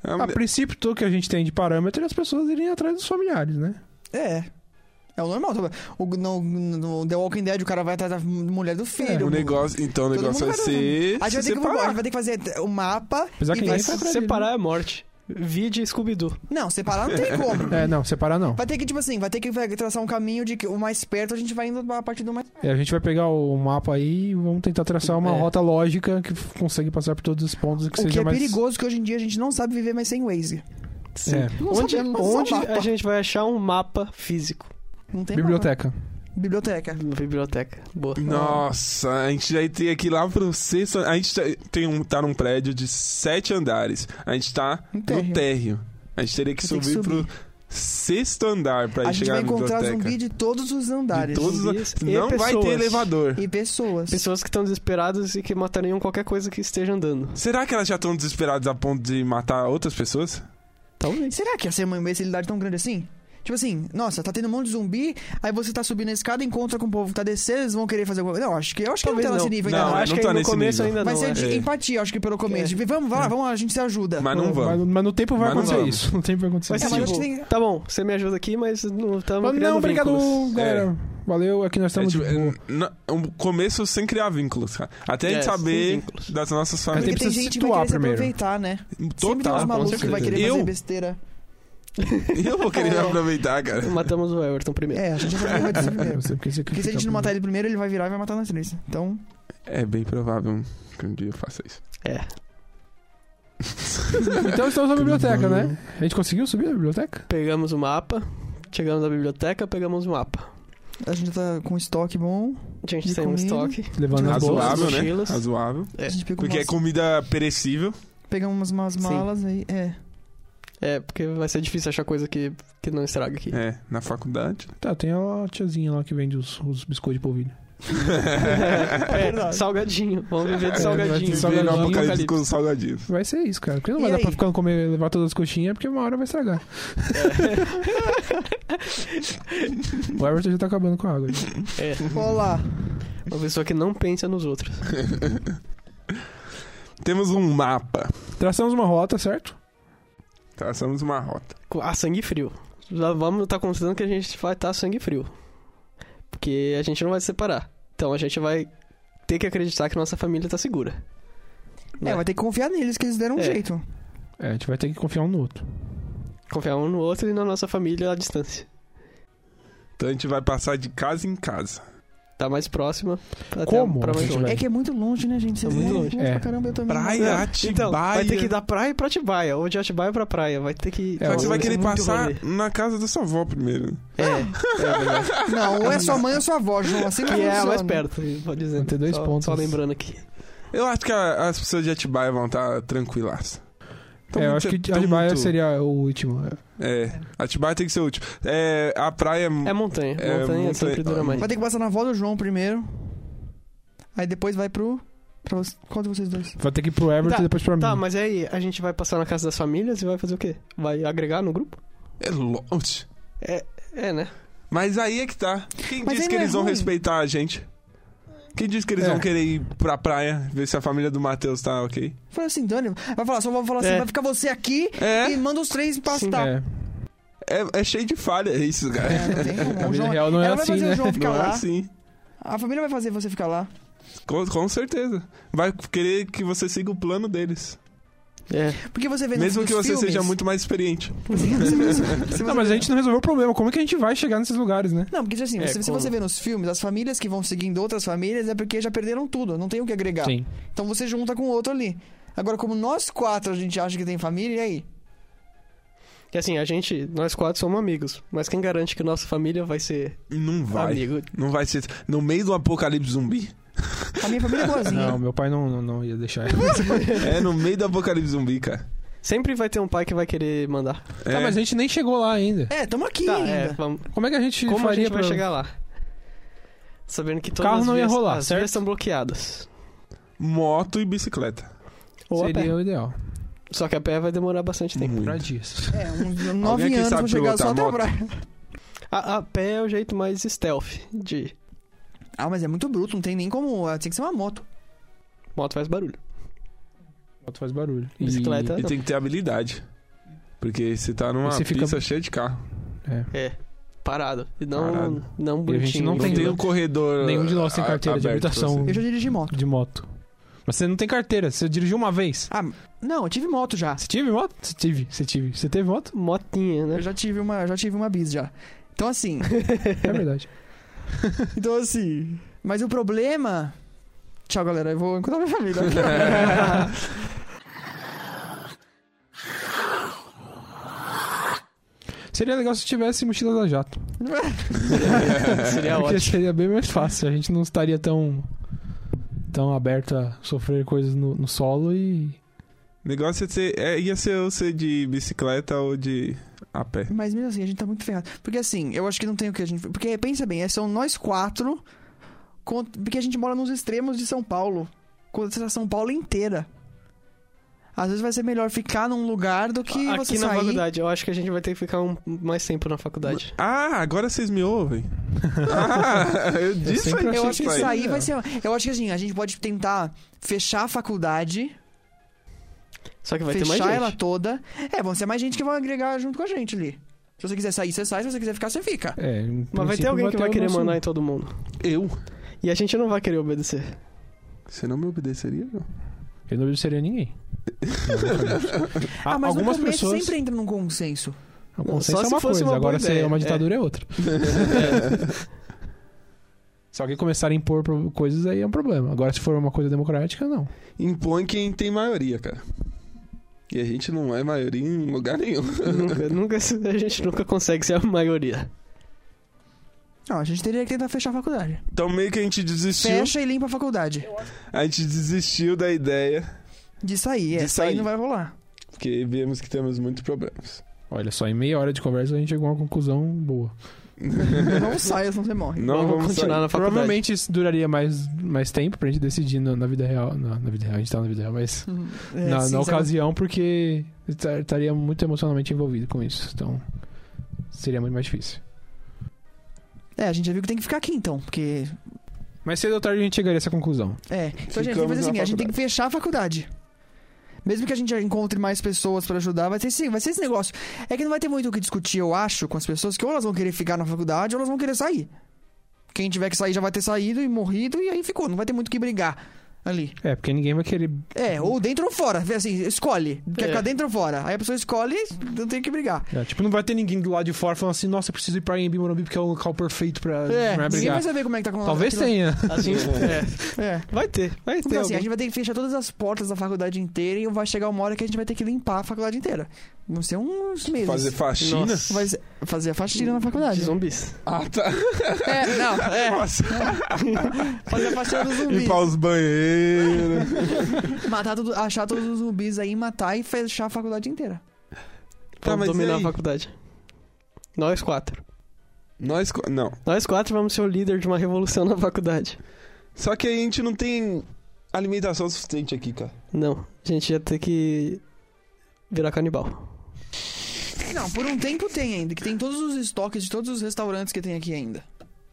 S6: É
S5: Ah,
S6: uma-
S4: A princípio, tudo que a gente tem de parâmetro é as pessoas irem atrás dos familiares, né?
S5: É. É o normal. sabe? O, no, no The Walking Dead, o cara vai atrás da mulher do filho.
S6: É, o negócio, então o
S5: Todo
S6: negócio vai
S5: mundo vai
S6: ser
S5: um- A
S6: se
S5: gente, vai ter que, a gente
S6: separar.
S5: vai ter que fazer o mapa.
S4: Apesar
S5: e
S4: que
S5: ver
S4: ninguém
S5: se-
S4: vai atrás dele,
S5: né?
S7: Separar é morte. Vide Scooby-Doo.
S5: Não, separar não tem como.
S4: É, não, separar não.
S5: Vai ter que, tipo assim, vai ter que vai, traçar um caminho de que o mais perto a gente vai indo a partir do mais.
S4: É, a gente vai pegar o mapa aí e vamos tentar traçar uma
S7: É.
S4: rota lógica que f- consegue passar por todos os pontos e que
S5: o
S4: seja
S5: que é
S4: mais.
S5: perigoso que hoje em dia a gente não sabe viver mais sem Waze.
S7: Sim.
S4: É.
S5: Não
S7: Onde,
S5: sabemos, não
S7: onde
S5: sabe.
S7: a gente vai achar um mapa físico?
S5: Não
S7: né?
S5: tem
S4: Biblioteca.
S5: mapa. Biblioteca.
S7: Na biblioteca. Boa.
S6: Nossa, a gente vai ter aqui lá pro sexto. A gente tá- tem um, tá num prédio de sete andares. A gente tá
S5: Um
S6: no
S5: térreo.
S6: térreo. A gente teria que,
S5: Você tem
S6: subir,
S5: que
S6: pro sexto andar pra
S5: a gente
S6: chegar
S5: vai
S6: na
S5: encontrar
S6: biblioteca.
S5: zumbi de todos os
S6: de
S5: andares.
S6: todos os...
S7: Zumbis e
S6: Não vai ter
S7: pessoas.
S6: elevador.
S5: E pessoas.
S7: Pessoas que estão desesperadas e que matariam qualquer coisa que esteja andando.
S6: Será que elas já estão desesperadas a ponto de matar outras pessoas?
S7: Talvez.
S5: Será que ia ser uma imbecilidade tão grande assim? Tipo assim, nossa, tá tendo um monte de zumbi, aí você tá subindo a escada, encontra com o povo que tá descendo, eles vão querer fazer alguma coisa. Não, acho que eu acho que
S7: Talvez
S5: não tá
S7: não.
S5: nesse nível
S6: Não,
S5: ainda.
S7: acho
S6: não
S7: que
S6: tá
S7: aí no
S6: nesse
S7: começo
S6: nível.
S7: ainda
S5: Vai
S7: não.
S5: ser
S7: é.
S5: de
S6: É.
S5: empatia, acho que pelo começo.
S7: É.
S5: Tipo, vamos, vai lá, vamos, lá, a gente se ajuda.
S6: Mas não vamos.
S4: Mas, mas no tempo vai
S6: Mas não
S4: acontecer
S6: vamos.
S4: isso. No tempo vai acontecer
S7: Mas,
S5: É,
S4: isso.
S5: mas
S7: tipo,
S5: acho que tem-
S7: Tá bom, você me ajuda aqui, mas não estamos
S4: Mas
S7: criando
S4: não, obrigado,
S7: vínculos.
S4: galera. Valeu, aqui nós
S6: É,
S4: estamos.
S6: tipo,
S4: de boa.
S6: é, na- um começo sem criar vínculos, cara. Até a
S7: É,
S6: gente
S7: sem
S6: saber
S7: vínculos.
S6: das nossas
S4: Mas
S5: Porque
S6: famílias.
S5: tem
S4: precisa
S5: gente que
S4: situar
S5: vai querer
S4: primeiro.
S5: se aproveitar, né? Sempre tem
S6: Total.
S5: uns malucos que
S7: certeza.
S5: vai querer
S6: eu,
S5: fazer besteira.
S6: eu vou querer aproveitar, cara.
S7: Matamos o Everton primeiro.
S5: É, a gente vai fazer
S4: É,
S5: primeiro.
S4: você- porque você
S5: Porque se a gente não matar ele primeiro, ele vai virar e vai matar nós três. Então,
S6: É bem provável que um dia eu faça isso.
S7: É.
S4: Então estamos na biblioteca, né? A gente conseguiu subir na biblioteca?
S7: Pegamos o mapa, chegamos na biblioteca, pegamos o mapa.
S5: a gente tá com um estoque bom.
S7: A gente
S5: De
S7: tem um
S5: comida.
S7: estoque.
S4: Levando as
S7: Razoável.
S4: bolsas.
S6: Razoável, né?
S7: mochilas.
S6: Razoável.
S5: A gente pega
S6: Porque é
S5: umas,
S6: comida perecível.
S5: pegamos umas, umas
S7: Sim.
S5: malas aí. É.
S7: É, porque vai ser difícil achar coisa que, que não estraga aqui.
S6: É, na faculdade.
S4: Tá, tem a tiazinha lá que vende os, os biscoitos de polvilho.
S7: É, salgadinho. Vamos viver de
S4: É, vai
S7: salgadinho.
S4: ter
S6: Viver
S4: salgadinho.
S6: no
S7: Viver
S6: apocalipse com salgadinhos.
S4: Vai ser isso, cara. Porque não
S5: E
S4: vai dar
S5: aí?
S4: pra ficar no comer, levar todas as coxinhas, porque uma hora vai estragar. o Everton já tá acabando com a água. gente.
S7: É,
S5: Olá.
S7: uma pessoa que não pensa nos outros.
S6: Temos um mapa.
S4: Traçamos uma rota, certo?
S6: Traçamos uma rota.
S7: Com- Ah, sangue frio. Já vamos estar considerando que a gente vai estar sangue frio. Porque a gente não vai se separar. Então a gente vai ter que acreditar que nossa família tá segura.
S5: É, vai ter que confiar neles que eles deram um
S7: É.
S5: jeito.
S4: É, a gente vai ter que confiar um no outro.
S7: Confiar um no outro e na nossa família à distância.
S6: Então a gente vai passar de casa em casa.
S7: Tá mais próxima. tá Até
S4: Como
S7: Pra
S4: a
S7: mais
S4: gente
S7: longe.
S5: É que é muito longe, né, gente? Vocês
S7: É muito
S5: moram
S7: longe.
S4: É.
S5: pra caramba, eu também.
S6: Praia, Atibaia.
S7: Então, vai ter que ir da praia pra Atibaia, ou de Atibaia pra praia. Vai ter que.
S4: É,
S6: Só que você vai
S7: ser
S6: querer
S7: muito
S6: passar
S7: rolê.
S6: na casa da sua avó primeiro.
S7: É, é verdade.
S5: Não, ou é sua mãe ou sua avó, João. Assim não
S7: Que é a
S5: funciona.
S7: mais perto, vou dizendo.
S4: Vão ter dois
S7: só,
S4: pontos.
S7: Só lembrando aqui.
S6: Eu acho que a- as pessoas de Atibaia vão estar tranquilas. Tão
S4: é, eu
S6: Tá muito-
S4: acho que
S6: tão
S4: Atibaia
S6: muito-
S4: seria o último.
S6: É, Atibaia tem que ser útil. É, a praia.
S7: É montanha.
S6: É,
S7: montanha, então.
S6: montanha-
S7: sempre dura mais.
S5: Vai ter que passar na avó do João primeiro. Aí depois vai pro. Pra você... Qual de vocês dois?
S4: Vai ter que ir pro Everton
S7: Tá,
S4: e depois pra mim.
S7: Tá, mas aí a gente vai passar na casa das famílias e vai fazer o quê? Vai agregar no grupo?
S6: É longe.
S7: É, né?
S6: Mas aí é que tá. Quem
S5: Mas
S6: disse
S5: aí
S6: que
S5: não é
S6: eles vão
S5: ruim.
S6: respeitar a gente? Quem disse que eles
S4: É.
S6: vão querer ir pra praia, ver se a família do Matheus tá ok?
S5: Fala assim, Dani. Vai falar, só vou falar assim,
S7: É.
S5: vai ficar você aqui
S6: É,
S5: e manda os três pastar.
S4: É,
S6: é, é cheio de falha isso, cara.
S5: É, não tem como.
S4: na
S5: O
S4: vida
S5: João...
S4: real não é
S5: Ela vai
S4: assim,
S5: fazer
S4: né?
S5: o João ficar
S6: Não é
S5: lá.
S6: assim.
S5: A família vai fazer você ficar lá.
S6: Com, com certeza. Vai querer que você siga o plano deles.
S7: É.
S5: Porque você vê nos-
S6: Mesmo
S5: nos
S6: que você
S5: filmes-
S6: seja muito mais experiente.
S5: Você-
S4: Não, mas a gente não resolveu o problema. Como é que a gente vai chegar nesses lugares, né?
S5: Não, porque assim,
S7: É,
S5: se se
S7: como-
S5: você vê nos filmes, as famílias que vão seguindo outras famílias é porque já perderam tudo, não tem o que agregar.
S4: Sim.
S5: Então você junta com o outro ali. Agora, como nós quatro a gente acha que tem família, e aí?
S7: Que assim, a gente, nós quatro somos amigos, mas quem garante que nossa família vai ser
S6: Não vai.
S7: amigo?
S6: Não vai ser. No meio do apocalipse zumbi.
S5: A minha família é boazinha.
S4: Não, meu pai não, não, não ia deixar.
S6: É no meio do apocalipse zumbi, cara.
S7: Sempre vai ter um pai que vai querer mandar.
S6: É,
S4: Tá, mas a gente nem chegou lá ainda.
S5: É, tamo aqui
S7: Tá, é,
S5: ainda.
S7: vamos.
S4: Como é que a gente
S7: Como a
S4: faria
S7: gente vai
S4: pra...
S7: chegar lá? Sabendo que todas
S4: Carro
S7: as
S4: não ia
S7: vias,
S4: rolar,
S7: as
S4: certo?
S7: vias são bloqueadas.
S6: Moto e bicicleta.
S7: Ou a pé.
S4: Seria o ideal.
S7: Só que a pé vai demorar bastante tempo.
S4: Pra
S6: Muito.
S4: dias.
S5: É, uns nove
S6: aqui
S5: anos
S6: sabe
S5: pra chegar
S6: pilotar
S5: só até a
S6: moto?
S5: praia.
S7: A, a pé é o jeito mais stealth de
S5: Ah, mas é muito bruto, não tem nem como. ah, Tem que ser uma moto.
S7: moto faz barulho.
S4: Moto faz barulho. E-
S7: Bicicleta.
S6: E tem que ter habilidade. Porque você tá numa
S4: Você fica-
S6: pista cheia de carro.
S7: Parado. E não,
S6: Parado.
S7: não
S4: E a
S7: bonitinho.
S4: gente não
S6: Não
S4: tem-
S6: tem um corredor.
S4: Nenhum de nós tem
S6: a-
S4: carteira de
S6: aberto pra
S4: habilitação.
S6: você.
S5: Eu já dirigi moto.
S4: De moto. assim. Mas você não tem carteira, você dirigiu uma vez.
S5: Não, eu tive moto já.
S4: Você tive moto? Você tive, você tive. Você teve moto?
S7: Motinha, né?
S5: Eu já tive uma, já tive uma bis já. Então assim,
S4: É verdade.
S5: então assim. Mas o problema. Tchau, galera. Eu vou encontrar minha família.
S4: Seria legal se tivesse mochila da jato.
S7: Seria
S4: porque
S7: ótimo.
S4: seria bem mais fácil. A gente não estaria tão. tão aberto a sofrer coisas no, no solo e.
S6: O negócio é ser, é, ia ser ou ser de bicicleta ou de a pé.
S5: Mas mesmo assim, a gente tá muito ferrado. Porque assim, eu acho que não tem o que a gente. Porque pensa bem, é, são nós quatro. com- Porque a gente mora nos extremos de São Paulo. Contra São Paulo inteira. Às vezes vai ser melhor ficar num lugar do que
S7: Aqui
S5: você
S7: na
S5: sair.
S7: faculdade, eu acho que a gente vai ter que ficar um, mais tempo na faculdade.
S6: Ah, agora vocês me ouvem. ah, eu disse
S4: sempre
S6: aí,
S5: Eu acho que
S6: isso
S5: isso
S6: aí.
S5: aí
S7: né?
S5: vai ser. Eu acho que assim, a gente pode tentar fechar a faculdade,
S7: Só que vai ter mais
S5: fechar
S7: gente.
S5: ela toda. É, vão ser mais gente que vai agregar junto com a gente ali. Se você quiser sair, você sai. Se você quiser ficar, você fica.
S4: É, em
S7: Mas vai ter
S4: princípio,
S7: alguém que vai
S4: o
S7: querer
S4: nosso-
S7: mandar em todo mundo.
S6: Eu?
S7: E a gente não vai querer obedecer.
S6: Você não me obedeceria, não?
S4: Eu não seria ninguém.
S5: Ah, mas
S4: algumas
S5: no começo
S4: pessoas.
S5: sempre entra num consenso.
S4: O consenso
S7: Só
S4: é
S7: se
S4: uma
S7: fosse
S4: coisa,
S7: uma boa
S4: agora se é
S7: ideia,
S4: uma
S7: é.
S4: ditadura é outra. Se alguém começar a impor pro- coisas, aí é um problema. Agora, se for uma coisa democrática, não.
S6: Impõe quem tem maioria, cara. E a gente não é maioria em lugar nenhum.
S7: nunca, nunca, a gente nunca consegue ser a maioria.
S5: Não, a gente teria que tentar fechar a faculdade.
S6: Então meio que a gente desistiu.
S5: Fecha e limpa a faculdade.
S6: A gente desistiu da ideia,
S5: De sair, é.
S6: De
S5: sair.
S6: sair.
S5: não vai rolar.
S6: porque vimos que temos muitos problemas.
S4: Olha, só em meia hora de conversa a gente chegou a uma conclusão boa.
S5: Não saia, senão você morre.
S6: Não
S7: Vamos
S6: vamos,
S7: continuar na faculdade.
S4: Provavelmente isso duraria mais, mais tempo pra gente decidir na, na vida real. Na, na vida real, a gente tá na vida real, mas
S5: É,
S4: na,
S5: sim,
S4: na
S5: sabe?
S4: ocasião, porque estar- estaria muito emocionalmente envolvido com isso. Então, seria muito mais difícil.
S5: É, a gente já viu que tem que ficar aqui então, porque.
S4: Mas cedo ou tarde a gente chegaria a essa conclusão.
S5: É. Então, gente, tem que
S6: Ficamos
S5: fazer
S6: na
S5: assim, a gente tem
S6: faculdade.
S5: que fechar a faculdade. Mesmo que a gente encontre mais pessoas pra ajudar, vai ser, esse- vai ser esse negócio. É que não vai ter muito o que discutir, eu acho, com as pessoas, que ou elas vão querer ficar na faculdade ou elas vão querer sair. Quem tiver que sair já vai ter saído e morrido, e aí ficou. Não vai ter muito o que brigar ali.
S4: É, porque ninguém vai querer.
S5: É, ou dentro ou fora. Vê Assim, escolhe. Quer
S7: É.
S5: ficar dentro ou fora? Aí a pessoa escolhe, não tem que brigar.
S4: é, tipo, não vai ter ninguém do lado de fora falando assim, nossa, eu preciso ir pra Airbnb Morumbi porque é o local perfeito pra,
S5: É,
S4: pra
S5: ninguém
S4: brigar.
S5: vai saber como é que tá com
S4: Talvez
S5: aquilo-
S4: tenha.
S7: A gente- é,
S5: É.
S7: vai ter, vai ter.
S5: Então, assim, a
S7: alguém.
S5: gente vai ter que fechar todas as portas da faculdade inteira e vai chegar uma hora que a gente vai ter que limpar a faculdade inteira. Vão ser uns meses.
S6: Fazer faxina?
S7: Nossa.
S5: Vai ser- fazer a faxina na faculdade.
S7: De zumbis.
S6: Ah, tá.
S5: É, não, é.
S6: Nossa.
S5: Fazer a faxina dos zumbis.
S6: Limpar os banheiros.
S5: Matar tudo, achar todos os zumbis aí, matar e fechar a faculdade inteira.
S6: Tá,
S7: Vamos
S6: mas e
S7: dominar a
S6: aí?
S7: faculdade. Nós quatro.
S6: Nós. co- Não.
S7: Nós quatro vamos ser o líder de uma revolução na faculdade.
S6: Só que a gente não tem alimentação suficiente aqui, cara.
S7: Não, a gente ia ter que virar canibal.
S5: Não, por um tempo tem ainda, que tem todos os estoques de todos os restaurantes que tem aqui ainda.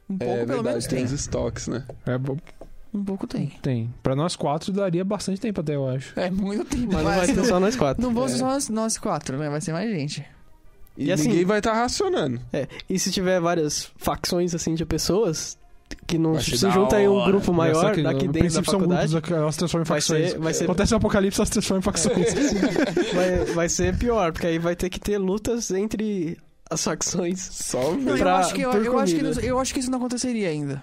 S5: Um pouco,
S6: é
S5: pelo
S6: verdade,
S5: menos,
S6: tem
S5: tem.
S6: os estoques, né?
S4: É, bom,
S5: Um pouco tem.
S4: tem. Pra nós quatro daria bastante tempo até, eu acho.
S5: É muito tempo.
S7: Mas não vai ter só nós quatro.
S5: Não vão ser
S6: É.
S5: só nós, nós quatro, né? Vai ser mais gente.
S6: E,
S7: E assim-
S6: ninguém vai estar racionando.
S7: É, e se tiver várias facções assim de pessoas que não
S6: Vai
S7: se
S6: ser da
S7: junta em um
S6: hora.
S7: grupo maior
S4: Só que,
S7: daqui
S4: no
S7: dentro da
S4: princípio
S5: um
S4: são grupos,
S7: faculdade,
S4: elas se transformam em
S7: vai
S4: facções.
S7: ser, vai, ser,
S4: Acontece um apocalipse, elas se transformam em facções.
S7: vai, vai ser pior, porque aí vai ter que ter lutas entre as facções.
S6: Só
S5: Não, eu,
S7: Pra-
S5: acho que, eu,
S7: por
S5: eu acho que,
S7: comida.
S5: não- eu acho que isso não aconteceria ainda.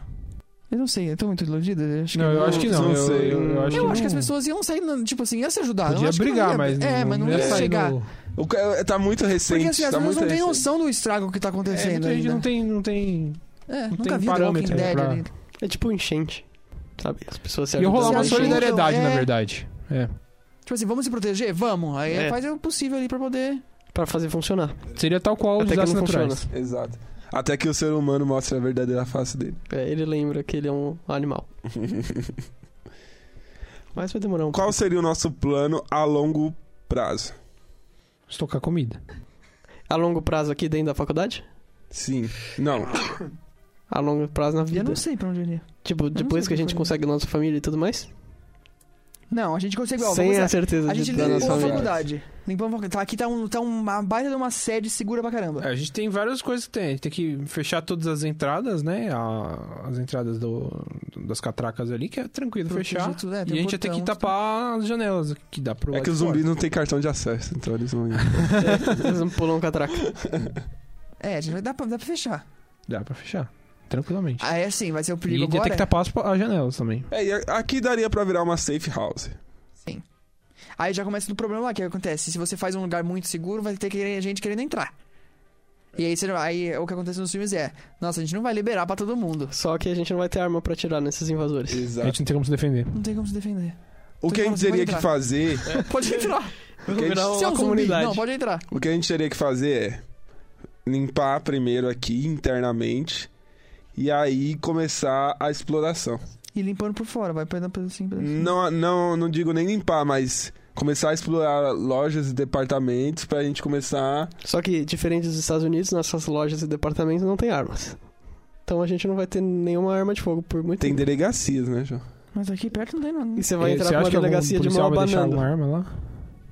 S5: Eu não sei, eu tô muito iludido. Eu acho que
S4: Não, eu acho que não.
S6: Não
S4: Eu,
S6: sei.
S4: eu, eu acho
S5: Eu
S4: que
S5: acho que as
S4: não.
S5: pessoas iam sair, no- tipo assim, ia se ajudar. Eu
S4: Podia
S5: acho que não
S4: brigar,
S5: ia-
S4: mas,
S5: é, mas não, ia,
S4: né, sair
S5: chegar.
S4: no-
S6: O ca- tá muito recente.
S5: Porque assim, as
S6: tá
S5: pessoas
S6: muito
S5: não têm
S6: recente.
S5: noção do estrago que tá
S4: É,
S5: acontecendo
S4: muita gente
S5: ainda.
S4: não tem, não tem
S5: É,
S4: não tem
S5: nunca vi The Walking
S4: parâmetro
S5: Dead
S4: pra-
S5: ali.
S7: É tipo um enchente. Sabe? As pessoas se
S4: Ia rolar uma
S5: Se ajudam,
S4: solidariedade, na
S5: é.
S4: verdade. É.
S5: Tipo assim, vamos se proteger? Vamos. Aí
S7: É.
S5: faz o possível ali pra poder.
S7: Pra fazer funcionar.
S4: Seria tal qual os
S7: Até que
S4: desastres
S7: não funciona.
S4: naturais.
S6: Exato. Até que o ser humano mostre a verdadeira face dele.
S7: É, ele lembra que ele é um animal. Mas vai demorar um
S6: Qual seria o nosso plano a longo prazo?
S4: Estocar comida.
S7: pouco. A longo prazo aqui dentro da faculdade?
S6: Sim. Não.
S7: A longo prazo na
S5: Eu
S7: vida.
S5: não sei pra onde eu iria.
S7: Tipo, depois
S5: sei é.
S7: que a
S5: que
S7: gente
S5: foi.
S7: consegue nossa família e tudo mais?
S5: Não, a gente consegue. Ó,
S7: sem
S5: vamos
S7: a
S5: lá.
S7: certeza
S5: a
S7: de
S5: gente
S7: da
S5: limpou
S7: nossa
S5: a
S7: família.
S5: faculdade. Limpou a faculdade. Tá, aqui tá, um, tá uma baita de uma sede segura pra caramba.
S4: É, a gente tem várias coisas que tem. A gente tem que fechar todas as entradas, né? A- as entradas do, das catracas ali, que é tranquilo
S5: Proteger
S4: fechar.
S5: tudo, é,
S4: E
S5: tem
S4: a
S5: um
S4: gente ia ter que
S5: portão, né?
S4: tapar as janelas que dá pro
S6: É
S4: lado
S6: que o
S4: de
S6: zumbi
S4: fora.
S6: não tem cartão de acesso, então eles vão ir.
S7: Eles não pulam catraca.
S5: É, a gente vai dar pra, dá pra fechar.
S4: Dá pra fechar. Tranquilamente.
S5: Aí assim, vai ser
S4: e
S5: o
S4: a
S5: perigo
S4: gente ia ter
S5: agora.
S7: é.
S4: que tá- tapar as, as janelas também.
S6: É, e a- aqui daria pra virar uma safe house.
S5: é, Aí já começa do problema lá, que acontece. Se você faz um lugar muito seguro, vai ter que- gente querendo entrar. E aí, você, não- aí o que acontece nos filmes é: nossa, a gente não vai liberar pra todo mundo.
S7: Só que a gente não vai ter arma pra tirar nesses invasores.
S4: A gente não tem como se defender.
S5: Não tem como se defender.
S6: O que a gente
S5: Todo
S6: teria
S5: mundo pode
S6: que
S5: entrar.
S6: fazer.
S5: Pode entrar.
S6: o, que a gente-
S5: Se é um zumbi, não, pode entrar.
S6: o que a gente teria que fazer é limpar primeiro aqui internamente e aí começar a exploração.
S5: E limpando por fora, vai pegando pedacinho, pedacinho.
S6: Não, não, não digo nem limpar, mas começar a explorar lojas e departamentos pra gente começar.
S7: Só que, diferente dos Estados Unidos, nossas lojas e departamentos não tem armas. Então a gente não vai ter nenhuma arma de fogo por muito
S6: Tem
S7: tempo.
S6: delegacias, né, João?
S5: Mas aqui perto não tem nada.
S7: E você vai
S4: Eh,
S7: entrar
S4: você
S7: pra uma
S4: acha que algum
S7: delegacia de Tipo,
S4: policial
S7: mão
S4: vai deixar
S7: abanando.
S4: alguma arma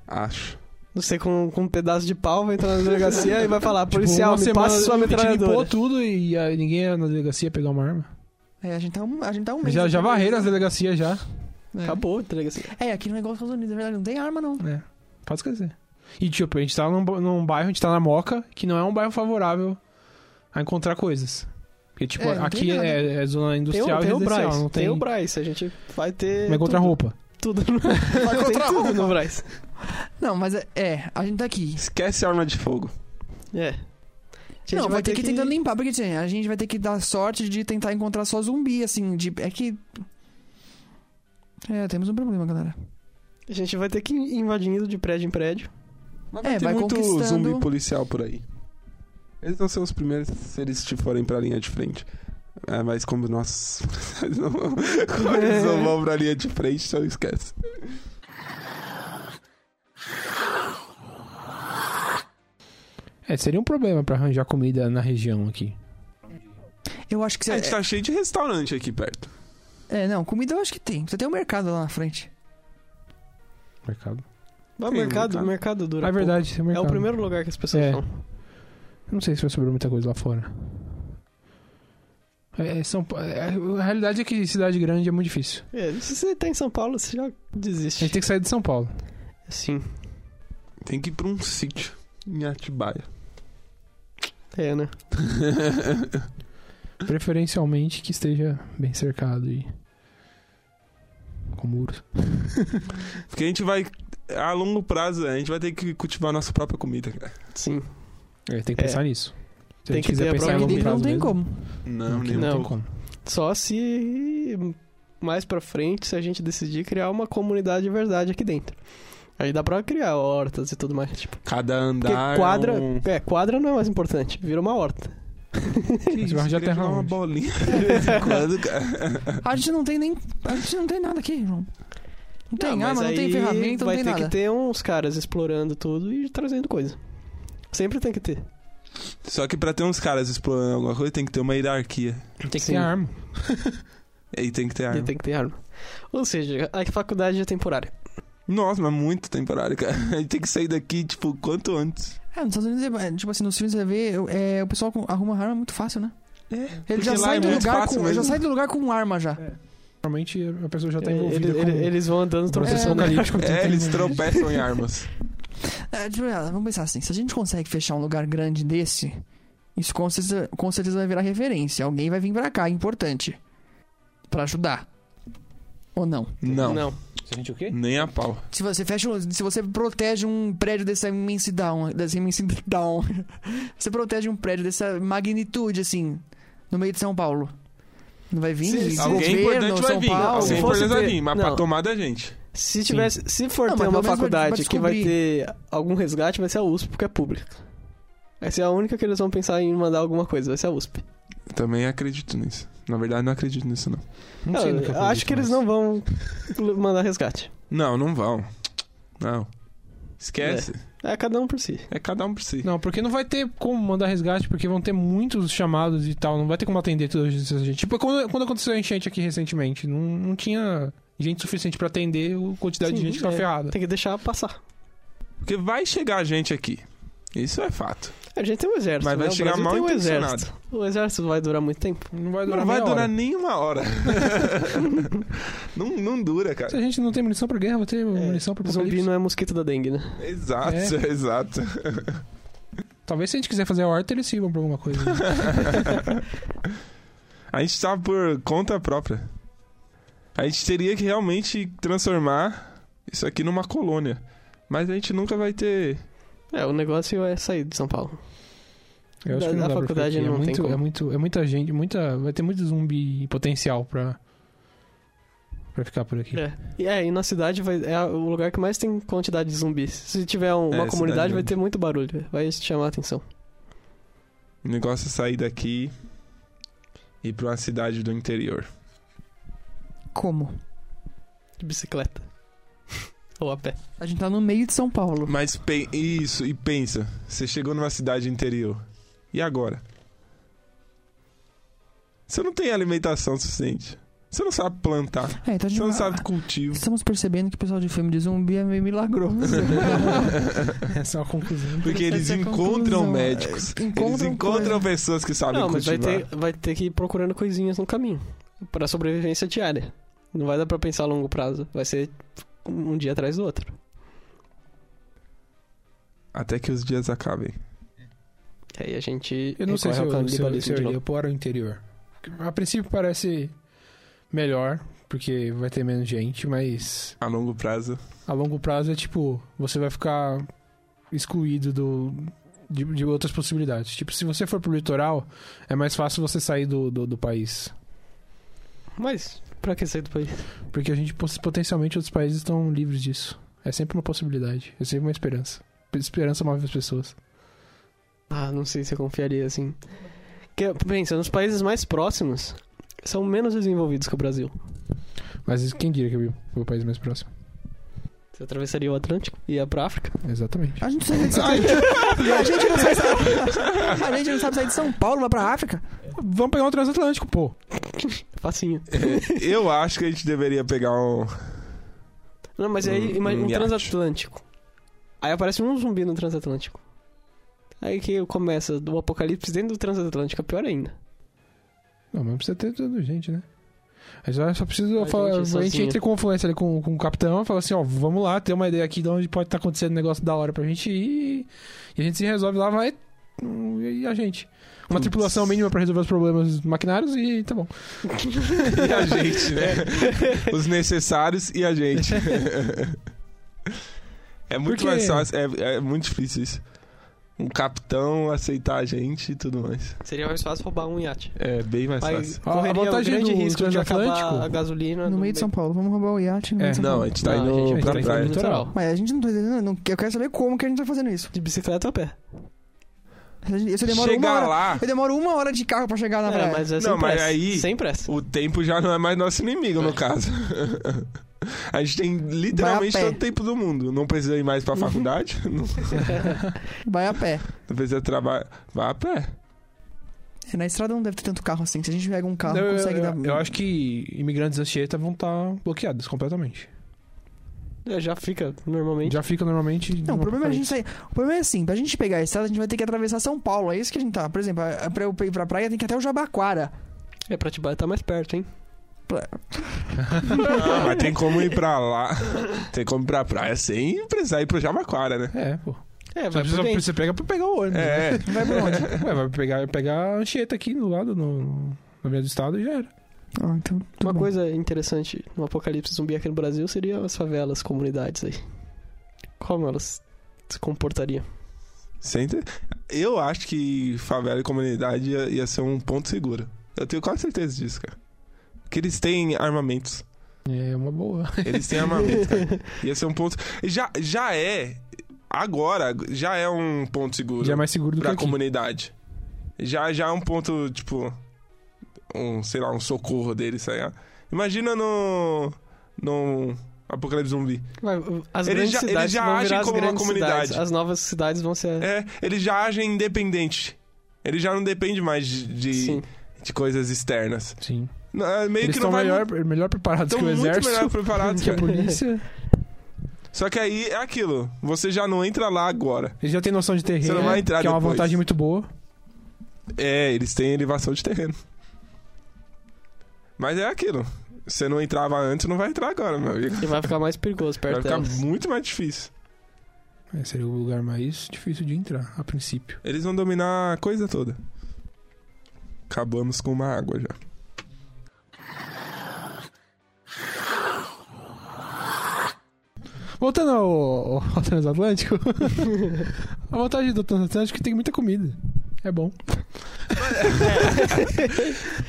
S4: lá?
S6: Acho.
S7: Não sei, com, com um pedaço de pau, vai entrar na delegacia e vai falar,
S4: Tipo,
S7: policial,
S4: uma
S7: me
S4: semana
S7: passa sua
S4: a gente limpou
S7: metralhadora.
S4: tudo e ah, ninguém ia na delegacia pegar uma arma.
S5: É, a gente tá um, a gente tá um mês.
S4: Já, já
S7: então
S5: aqui.
S4: varreram as delegacias já.
S5: É.
S7: Acabou a delegacia.
S5: É, aqui não é igual aos Estados Unidos, é verdade, não tem arma não.
S4: É, pode esquecer. E tipo, a gente tá num, bo- num bairro, a gente tá na Moca, que não é um bairro favorável a encontrar coisas. Porque, tipo,
S5: É, não tem
S4: aqui
S5: nada.
S4: é, é zona
S7: Tem, o-
S4: industrial
S7: tem
S4: e
S7: o
S4: residencial,
S7: Braz,
S4: não
S7: tem...
S4: tem... é
S7: o Braz, a gente vai ter
S4: Vai encontrar
S7: tudo,
S4: roupa.
S7: Tudo no... Vai
S5: encontrar
S7: tudo
S5: roupa.
S7: no Braz.
S5: Não, mas é, é, a gente tá aqui.
S6: Esquece a arma de fogo.
S7: É. A gente
S5: não, vai ter que ir tentando limpar, porque assim, a gente vai ter que dar sorte de tentar encontrar só zumbi, assim, de. É que. É, temos um problema, galera.
S7: A gente vai ter que ir invadindo de prédio em prédio.
S6: Mas
S5: É,
S6: tem
S5: vai
S6: muito
S5: conquistando.
S6: zumbi policial por aí. Eles vão ser os primeiros se eles te forem pra linha de frente. É, mas como nós. não- como eles não vão pra linha de frente, então esquece.
S4: É, seria um problema pra arranjar comida na região aqui.
S5: Eu acho que
S6: A
S5: você.
S6: gente tá cheio de restaurante aqui perto.
S5: É, não, comida eu acho que tem. Você tem um mercado lá na frente.
S4: Mercado.
S7: Vai ao
S6: Tem
S7: mercado,
S6: mercado.
S7: o mercado dura
S4: Ah, é
S7: pouco.
S4: verdade, tem
S7: É
S4: mercado.
S7: o primeiro lugar que as pessoas
S4: É.
S7: vão.
S4: Não sei se vai sobrar muita coisa lá fora. É, São... Pa- é, a realidade é que cidade grande é muito difícil.
S7: É, se você tá em São Paulo, você já
S4: A
S7: desiste.
S4: gente tem que sair de São Paulo.
S7: Sim.
S6: Tem que ir pra um sítio em Atibaia.
S7: É, né?
S4: Preferencialmente que esteja bem cercado e. Com muros.
S6: Porque a gente vai. A longo prazo, a gente vai ter que cultivar nossa própria comida, cara.
S7: Sim.
S4: É, tem que
S7: É.
S4: pensar nisso. Se
S7: Tem
S4: a gente
S7: que
S4: quiser
S7: ter a
S4: pensar em
S7: própria
S4: longo
S7: ideia.
S4: prazo
S5: não tem
S4: mesmo,
S5: como.
S6: Não,
S4: que
S6: nem um
S4: não
S7: não.
S4: tem como.
S7: Só se mais pra frente, se a gente decidir criar uma comunidade de verdade aqui dentro. Aí dá pra criar hortas e tudo mais. Tipo,
S6: Cada
S7: porque
S6: andar.
S7: quadra.
S6: é um-
S7: É, quadra não é mais importante. Vira uma horta.
S4: Você vai
S6: Queria
S4: arranjar terra
S6: jogar uma
S4: onde?
S6: bolinha de vez em quando, cara.
S5: A gente não tem nem. A gente não tem nada aqui, João. Não tem
S7: mas
S5: arma, não tem
S7: aí
S5: ferramenta, não
S7: vai
S5: tem
S7: ter
S5: nada.
S7: que ter uns caras explorando tudo e trazendo coisa. Sempre tem que ter.
S6: Só que pra ter uns caras explorando alguma coisa, tem que ter uma hierarquia.
S4: Tem que
S7: Sim.
S4: ter arma.
S6: E aí tem que ter arma.
S7: E tem que ter arma. Ou seja, a faculdade é temporária.
S6: Nossa, mas muito temporário, cara. A gente tem que sair daqui, tipo, quanto antes.
S5: É, nos Estados Unidos, é, tipo assim, nos filmes você vê, é, o pessoal com- arruma arma muito fácil, né?
S6: É.
S5: Ele
S6: Porque
S5: já
S6: lá
S5: sai,
S6: é
S5: do
S6: muito
S5: lugar
S6: fácil
S5: com,
S6: mesmo.
S5: já sai do lugar com arma já.
S4: Normalmente a pessoa já tá
S7: É,
S4: envolvida
S7: ele-
S4: com.
S7: ele- eles vão andando
S4: processo
S7: tropeçando.
S4: apocalíptico. tem
S6: É,
S4: que-
S6: eles tropeçam em armas.
S5: É, tipo, ah, vamos pensar assim, se a gente consegue fechar um lugar grande desse, isso com certeza, com certeza vai virar referência. Alguém vai vir pra cá, é importante. Pra ajudar. Ou não.
S6: Não,
S7: Não.
S4: Se a gente o quê?
S6: nem a pau.
S5: Se você fecha um- Se você protege um prédio dessa imensidão. Dessa imensidão. você protege um prédio dessa magnitude, assim, no meio de São Paulo. Não vai vir?
S7: Se- se-
S6: Alguém
S5: Governo,
S6: importante vai
S5: São
S6: vir.
S5: Paulo.
S6: Alguém
S7: Se fosse
S6: importante vai
S7: ter-
S6: vir, mas
S7: Não.
S6: pra tomar da gente.
S7: Se tivesse, se for
S5: Não,
S7: ter
S5: mas
S7: uma
S5: pelo menos vai-
S7: faculdade
S5: vai
S7: que vai
S5: descobrir.
S7: ter algum resgate, vai ser a USP, porque é pública. Essa é a única que eles vão pensar em mandar alguma coisa, vai ser a USP.
S6: Também acredito nisso. Na verdade, não acredito nisso, não.
S4: Não
S7: Eu
S4: sei no que eu
S7: acho
S4: acredito,
S7: que eles
S4: mas-
S7: não vão mandar resgate.
S6: Não, não vão. Não. Esquece.
S7: É cada um por si.
S6: É, cada um por si.
S4: Não, porque não vai ter como mandar resgate, porque vão ter muitos chamados e tal. Não vai ter como atender toda essa gente. Tipo, quando, quando aconteceu a enchente aqui recentemente, não, não tinha gente suficiente pra atender a quantidade de
S7: Sim,
S4: gente que tava
S7: é.
S4: ferrada.
S7: Tem que deixar passar.
S6: Porque vai chegar gente aqui. Isso é fato.
S7: A gente tem um exército,
S6: Mas vai
S7: né? O
S6: chegar
S7: Brasil tem um
S6: mal-intencionado.
S7: exército. O exército vai durar muito tempo.
S4: Não vai durar
S6: Não vai
S4: meia
S6: durar
S4: hora.
S6: nem uma hora. não, não dura, cara.
S4: Se a gente não tem munição pra guerra, vai ter munição pra
S7: É, Zumbi
S4: apocalipse.
S7: não é mosquito da dengue, né?
S6: Exato,
S4: É.
S6: exato.
S4: Talvez se a gente quiser fazer a horta, eles sirvam pra alguma coisa. né?
S6: A gente tá por conta própria. A gente teria que realmente transformar isso aqui numa colônia. Mas a gente nunca vai ter.
S7: É, o negócio é sair de São Paulo.
S4: Eu acho
S7: Da-
S4: que não
S7: da
S4: dá pra
S7: faculdade
S4: ficar aqui.
S7: não
S4: é
S7: tem
S4: muito,
S7: como.
S4: É, muito, é muita gente, muita, vai ter muito zumbi em potencial pra, pra ficar por aqui.
S7: É. E, é, e na cidade vai, é a- o lugar que mais tem quantidade de zumbis. Se tiver um-
S6: É,
S7: uma
S6: cidade
S7: comunidade, vai
S6: grande.
S7: ter muito barulho. Vai chamar a atenção.
S6: O negócio é sair daqui e ir pra uma cidade do interior.
S5: Como?
S7: De bicicleta. Ou a pé.
S5: A gente tá no meio de São Paulo.
S6: Mas pe- isso, e pensa, você chegou numa cidade interior. E agora? Você não tem alimentação suficiente. Você não sabe plantar.
S5: É, então a gente
S6: Você não
S5: vai-
S6: sabe cultivo.
S5: Estamos percebendo que o pessoal de filme de zumbi é meio milagroso.
S4: Essa é uma conclusão.
S6: Porque eles
S5: Essa é
S6: encontram
S5: conclusão,
S6: médicos.
S5: é,
S6: eles
S5: encontram
S6: encontram
S5: coisa.
S6: pessoas que sabem
S7: Não, mas vai
S6: cultivar.
S7: ter, vai ter que ir procurando coisinhas no caminho. Pra sobrevivência diária. Não vai dar pra pensar a longo prazo. Vai ser um dia atrás do outro.
S6: Até que os dias acabem.
S7: E aí a gente.
S4: Eu não sei se
S7: recorre ao
S4: eu, se eu,
S7: canibalismo
S4: se eu
S7: de novo.
S4: iria para o interior. A princípio parece melhor, porque vai ter menos gente, mas
S6: A longo prazo.
S4: a longo prazo é tipo, você vai ficar excluído do, de, de outras possibilidades. Tipo, se você for pro litoral, é mais fácil você sair do, do, do país.
S7: Mas, pra que sair do país?
S4: Porque a gente, pos- potencialmente, outros países estão livres disso. É sempre uma possibilidade, é sempre uma esperança. Esperança move as pessoas.
S7: Ah, não sei se eu confiaria assim. Que, pensa, nos países mais próximos são menos desenvolvidos que o Brasil.
S4: Mas quem diria que é o país mais próximo?
S7: Você atravessaria o Atlântico e ia pra África?
S4: Exatamente.
S5: A gente, não sabe a gente não sabe sair- a gente não sabe sair de São Paulo, vai pra África.
S4: Vamos pegar um transatlântico, pô.
S7: Facinho.
S6: Eu acho que a gente deveria pegar um.
S7: Não, mas aí
S4: Hum,
S6: Um-
S7: imagina
S6: um
S7: um
S6: iate.
S7: transatlântico. Aí aparece um zumbi no transatlântico. Aí que começa o apocalipse dentro do transatlântico, é pior ainda.
S4: Não, mas não precisa ter tanta gente, né? A gente só precisa
S7: A
S4: falar.
S7: gente
S4: a gente
S7: sozinho.
S4: entra em confluência ali com, com o capitão e fala assim: ó, vamos lá, tem uma ideia aqui de onde pode estar acontecendo um negócio da hora pra gente ir. E a gente se resolve lá, vai. hum, E a gente. Uma
S6: Putz.
S4: tripulação mínima pra resolver os problemas maquinários e tá bom.
S6: E a gente, né? Os necessários e a gente. É muito
S4: Porque-
S6: mais fácil, é, é muito difícil isso. Um capitão aceitar a gente e tudo mais.
S7: Seria mais fácil roubar um iate.
S6: É bem mais
S7: Mas
S6: fácil.
S4: A- a
S7: correria o
S4: vantagem
S7: grande
S4: do
S7: risco de acabar
S4: transatlântico-
S7: a gasolina
S5: No meio de São Paulo, vamos roubar o iate no meio
S4: É.
S5: de São
S6: Não,
S5: Paulo.
S6: a gente tá
S7: Não, a
S6: indo
S7: gente
S6: pra
S4: tá indo
S6: praia.
S4: no litoral.
S5: Mas a gente não tá entendendo. não- eu quero saber como que a gente tá fazendo isso.
S7: De bicicleta ou a pé.
S5: A gente- Isso demora uma
S6: Chegar
S5: hora.
S6: lá,
S5: Eu demoro uma hora de carro pra chegar na
S7: É,
S5: praia.
S7: mas é sem
S6: Não, mas
S7: pressa.
S6: aí-
S7: Sem pressa.
S6: o tempo já não é mais nosso inimigo, no caso. A gente tem literalmente
S5: Vai a pé.
S6: todo o tempo do mundo. Não precisa ir mais pra faculdade, não
S5: Vai a pé.
S6: não precisa trabalhar. Vá a pé.
S5: É, na estrada não deve ter tanto carro assim. Se a gente pega um carro,
S4: eu,
S5: consegue
S4: eu-
S5: dar.
S4: eu acho que imigrantes da Chieta vão estar bloqueados completamente.
S7: É, Já fica normalmente.
S4: Já fica normalmente.
S5: Não, o
S4: numa
S5: problema é a gente
S4: frente.
S5: sair. O problema é assim, pra gente pegar a estrada, a gente vai ter que atravessar São Paulo. É isso que a gente tá. Por exemplo, a- pra eu ir pra praia tem que ir até o Jabaquara.
S7: É pra te tá mais perto, hein?
S6: Ah, mas tem como ir pra lá. Tem como ir pra praia sem precisar ir pro Jabaquara, né?
S4: É, pô.
S7: É,
S4: Só
S7: vai
S4: precisa,
S7: por dentro.
S4: você pega pra pegar o ônibus. né?
S6: É.
S5: Vai pra onde?
S4: Ué, vai pegar, pegar a Anchieta aqui do lado, no, no, na beira do estado e já era.
S5: ah, então, tudo
S7: Uma
S5: bom.
S7: coisa interessante no apocalipse zumbi aqui no Brasil seria as favelas, comunidades aí. Como elas se comportariam?
S6: Senta. Eu acho que favela e comunidade ia, ia ser um ponto seguro. Eu tenho quase certeza disso, cara. Que eles têm armamentos.
S4: É uma boa.
S6: Eles têm armamentos, cara. Ia ser um ponto. Já, já é. Agora, já é um ponto seguro
S4: Já é mais seguro do que
S6: pra
S4: aqui.
S6: comunidade. Já, já é um ponto, tipo. Um, sei lá, um socorro deles, tá ligado? Imagina no. no Apocalipse zumbi.
S7: Vai, As
S6: Eles
S7: grandes
S6: já- eles
S7: cidades
S6: já
S7: vão
S6: agem
S7: virar as
S6: como uma
S7: grandes
S6: comunidade.
S7: cidades. As novas cidades vão ser...
S6: É, ele já age independente. Ele já não depende mais de, de,
S7: Sim.
S6: de coisas externas.
S4: Sim.
S6: Não, é meio
S4: Eles
S6: que não
S4: estão
S6: vai.
S4: melhor, melhor preparados
S6: Estão
S4: que o
S6: muito melhor
S4: exército,
S6: preparados.
S4: que é a
S6: cara.
S4: polícia.
S6: Só que aí é aquilo. Você já não entra lá agora.
S4: Eles já têm noção de terreno,
S6: Você não vai entrar
S4: que é uma
S6: depois.
S4: vantagem muito boa.
S6: É, eles têm elevação de terreno. Mas é aquilo. Você não entrava antes, não vai entrar agora, meu amigo.
S7: E vai ficar mais perigoso perto
S6: Vai ficar
S7: delas.
S6: muito mais difícil.
S4: É, seria o lugar mais difícil de entrar, a princípio.
S6: Eles vão dominar a coisa toda. Acabamos com uma água já.
S4: Voltando ao, ao Transatlântico. a vantagem do Transatlântico é que tem muita comida. É bom.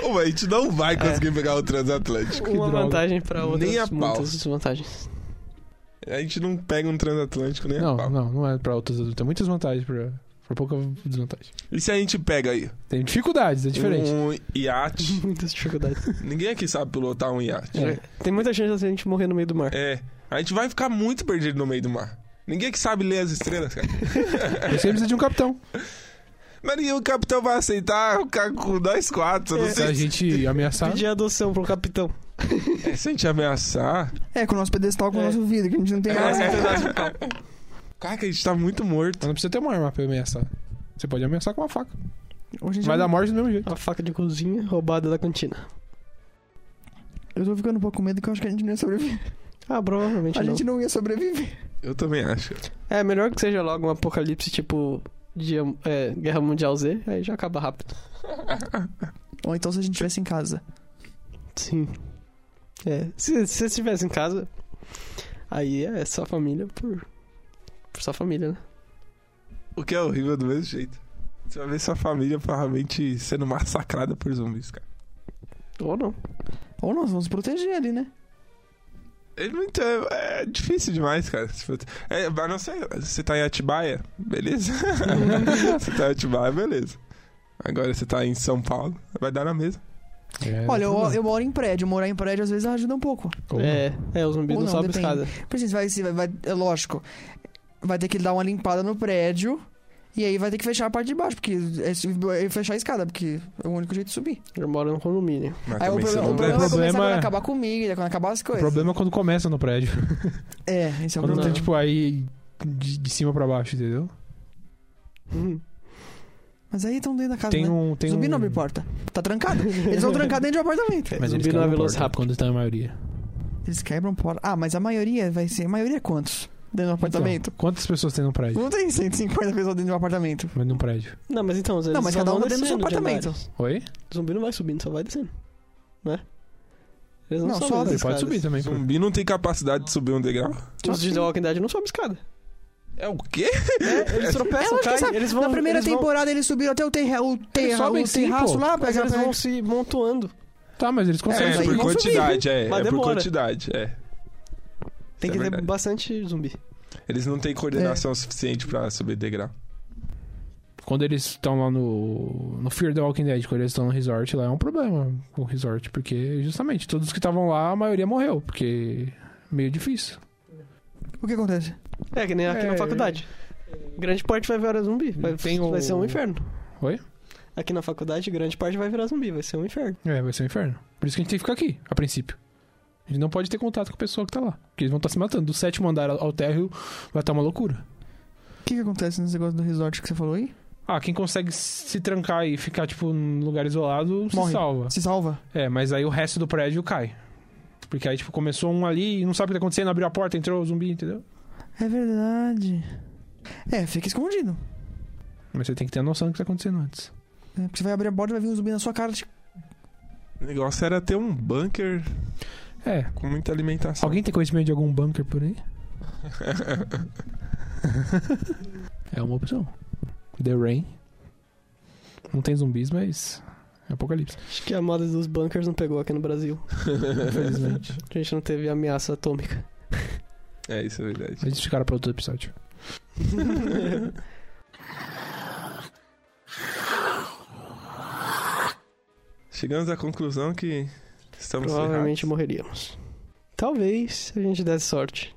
S6: Ô, a gente não vai conseguir pegar o transatlântico.
S7: Uma
S4: droga.
S7: vantagem pra outras,
S6: Nem a pau.
S7: muitas desvantagens.
S6: A gente não pega um transatlântico nem a
S4: não,
S6: pau.
S4: não, não é pra outras adultas. Tem muitas vantagens pra, pra pouca desvantagem.
S6: E se a gente pega aí?
S4: Tem dificuldades, é diferente.
S6: Um iate.
S7: Muitas dificuldades.
S6: Ninguém aqui sabe pilotar um iate.
S4: É.
S7: Tem muita chance de a gente morrer no meio do mar.
S6: É. A gente vai ficar muito perdido no meio do mar. Ninguém que sabe ler as estrelas, cara.
S4: Você precisa de um capitão.
S6: Mas nem o capitão vai aceitar ficar com nós quatro. eu Não
S4: É. Se a
S6: sei
S4: gente ameaçar.
S7: Tá? Pedir adoção pro capitão.
S6: se, se a gente ameaçar.
S5: É, com o nosso pedestal, com o
S7: É.
S5: nosso vidro, que a gente não tem nada.
S6: Cara, que a gente tá muito morto.
S4: Mas não precisa ter uma arma pra ameaçar. Você pode ameaçar com uma faca.
S5: Hoje a gente
S4: Vai
S5: não-
S4: dar morte do mesmo jeito.
S7: A faca de cozinha roubada da cantina.
S5: Eu tô ficando um pouco com medo que eu acho que a gente não ia sobreviver.
S7: Ah, provavelmente
S5: A
S7: não.
S5: gente não ia sobreviver.
S6: Eu também acho.
S7: É melhor que seja logo um apocalipse tipo dia- é, Guerra Mundial Z, aí já acaba rápido.
S5: Ou então se a gente estivesse em casa.
S7: Sim. É, se se você estivesse em casa, aí é só família por, por sua família, né?
S6: O que é horrível do mesmo jeito. Você vai ver sua família provavelmente sendo massacrada por zumbis, cara.
S7: Ou não.
S5: Ou nós vamos proteger ali, né?
S6: É, muito, é, é difícil demais, cara. Se for- É, a não ser. Você tá em Atibaia, beleza. você tá em Atibaia, beleza. Agora você tá em São Paulo, vai dar na mesma.
S4: É,
S5: Olha, eu,
S4: tudo bem.
S5: eu moro em prédio. Morar em prédio às vezes ajuda um pouco.
S4: Ou não.
S7: É, é, os zumbis
S5: Ou
S7: não,
S5: não,
S7: sobem
S5: depende.
S7: escada.
S5: Por isso, vai, se vai, vai, é lógico. Vai ter que dar uma limpada no prédio. E aí vai ter que fechar a parte de baixo, porque é su- é fechar a escada, porque é o único jeito de subir.
S7: Eu moro no condomínio.
S6: Mas
S5: aí o
S6: também você
S5: problema,
S6: não
S5: o
S6: deve-
S5: problema é começar
S4: problema
S5: quando
S4: é-
S5: acabar a comida, quando acabar as
S4: O
S5: coisas.
S4: problema é quando começa no prédio.
S5: É, esse é o
S4: Quando
S5: problema.
S4: tá, tipo, aí de, de cima pra baixo, entendeu? Uhum.
S7: Hum.
S5: Mas aí estão dentro da casa,
S4: Tem
S5: né?
S4: um. Tem
S5: Zumbi
S4: um...
S5: não abre porta. Tá trancado. Eles vão trancar dentro do apartamento.
S4: Mas
S7: Zumbi
S4: eles
S7: não
S4: quebram
S7: é
S4: a
S7: veloz
S4: porta
S7: rápido.
S4: Quando tá- está na maioria.
S5: Eles quebram porta. Ah, mas a maioria vai ser... A maioria é quantos? Dentro do apartamento?
S4: Então, quantas pessoas tem num prédio?
S5: Não tem 150 pessoas dentro de um apartamento.
S4: Mas num prédio.
S7: Não, mas então, eles
S5: Não, mas
S7: só
S5: cada um
S7: vão
S5: tá dentro do seu
S7: descendo de
S5: apartamento.
S7: andares.
S4: Oi?
S7: Zumbi não vai subindo, só vai descendo. Né? Eles não,
S5: Não,
S7: sobem
S5: sobe.
S7: as
S4: Ele pode
S7: escadas.
S4: subir também. pô.
S6: Zumbi não tem capacidade de subir um degrau.
S7: Os de The Tipo, Walking Dead não sobem escada.
S6: É o quê?
S7: É, eles tropeçam,
S5: lógico que
S7: caem,
S5: sabe.
S7: eles vão...
S5: Na primeira
S7: eles vão-
S5: temporada eles subiram até o, terra, o, terra,
S4: sobem
S5: o
S4: sim,
S5: terraço
S4: pô.
S5: lá.
S7: Mas
S5: pegar-
S7: eles vão se montoando.
S4: Tá, mas eles
S6: É,
S4: conseguem.
S5: mas aí
S6: por
S5: não
S6: quantidade, é.
S7: Mas
S6: é por
S7: demora.
S6: quantidade, é.
S7: Tem
S6: é
S7: que ter
S6: verdade.
S7: bastante zumbi.
S6: Eles não têm coordenação suficiente pra subir degrau.
S4: Quando eles estão lá no. No Fear the Walking Dead, quando eles estão no resort lá, é um problema com o resort. Porque, justamente, todos que estavam lá, a maioria morreu. Porque. é Meio difícil.
S5: O que acontece?
S7: É, que nem aqui
S4: É.
S7: na faculdade. Grande parte vai virar zumbi. Vai,
S4: Tem
S7: vai
S4: o-
S7: ser um inferno.
S4: Oi?
S7: Aqui na faculdade, grande parte vai virar zumbi. Vai ser um inferno.
S4: É, vai ser um inferno. Por isso que a gente tem que ficar aqui, a princípio. A gente não pode ter contato com o pessoal que tá lá. Porque eles vão estar se matando. Do sétimo andar ao térreo vai estar uma loucura.
S5: O que, que acontece nesse negócio do resort que você falou aí?
S4: Ah, quem consegue se trancar e ficar, tipo, num lugar isolado,
S5: Morre.
S4: se salva.
S5: Se salva?
S4: É, mas aí o resto do prédio cai. Porque aí, tipo, começou um ali e não sabe o que tá acontecendo, abriu a porta, entrou o zumbi, entendeu?
S5: É verdade. É, fica escondido.
S4: Mas você tem que ter a noção do que tá acontecendo antes.
S5: É, porque você vai abrir a borda e vai vir um zumbi na sua cara. Tipo,
S6: O negócio era ter um bunker
S4: É.
S6: com muita alimentação.
S4: Alguém tem conhecimento de algum bunker por aí? é uma opção. The Rain. Não tem zumbis, mas É Apocalipse.
S7: Acho que a moda dos bunkers não pegou aqui no Brasil.
S4: Infelizmente.
S7: A gente não teve ameaça atômica.
S6: É, isso é verdade.
S4: Mas isso ficará para outro episódio.
S6: Chegamos à conclusão que estamos
S7: Provavelmente morreríamos. Talvez a gente desse sorte.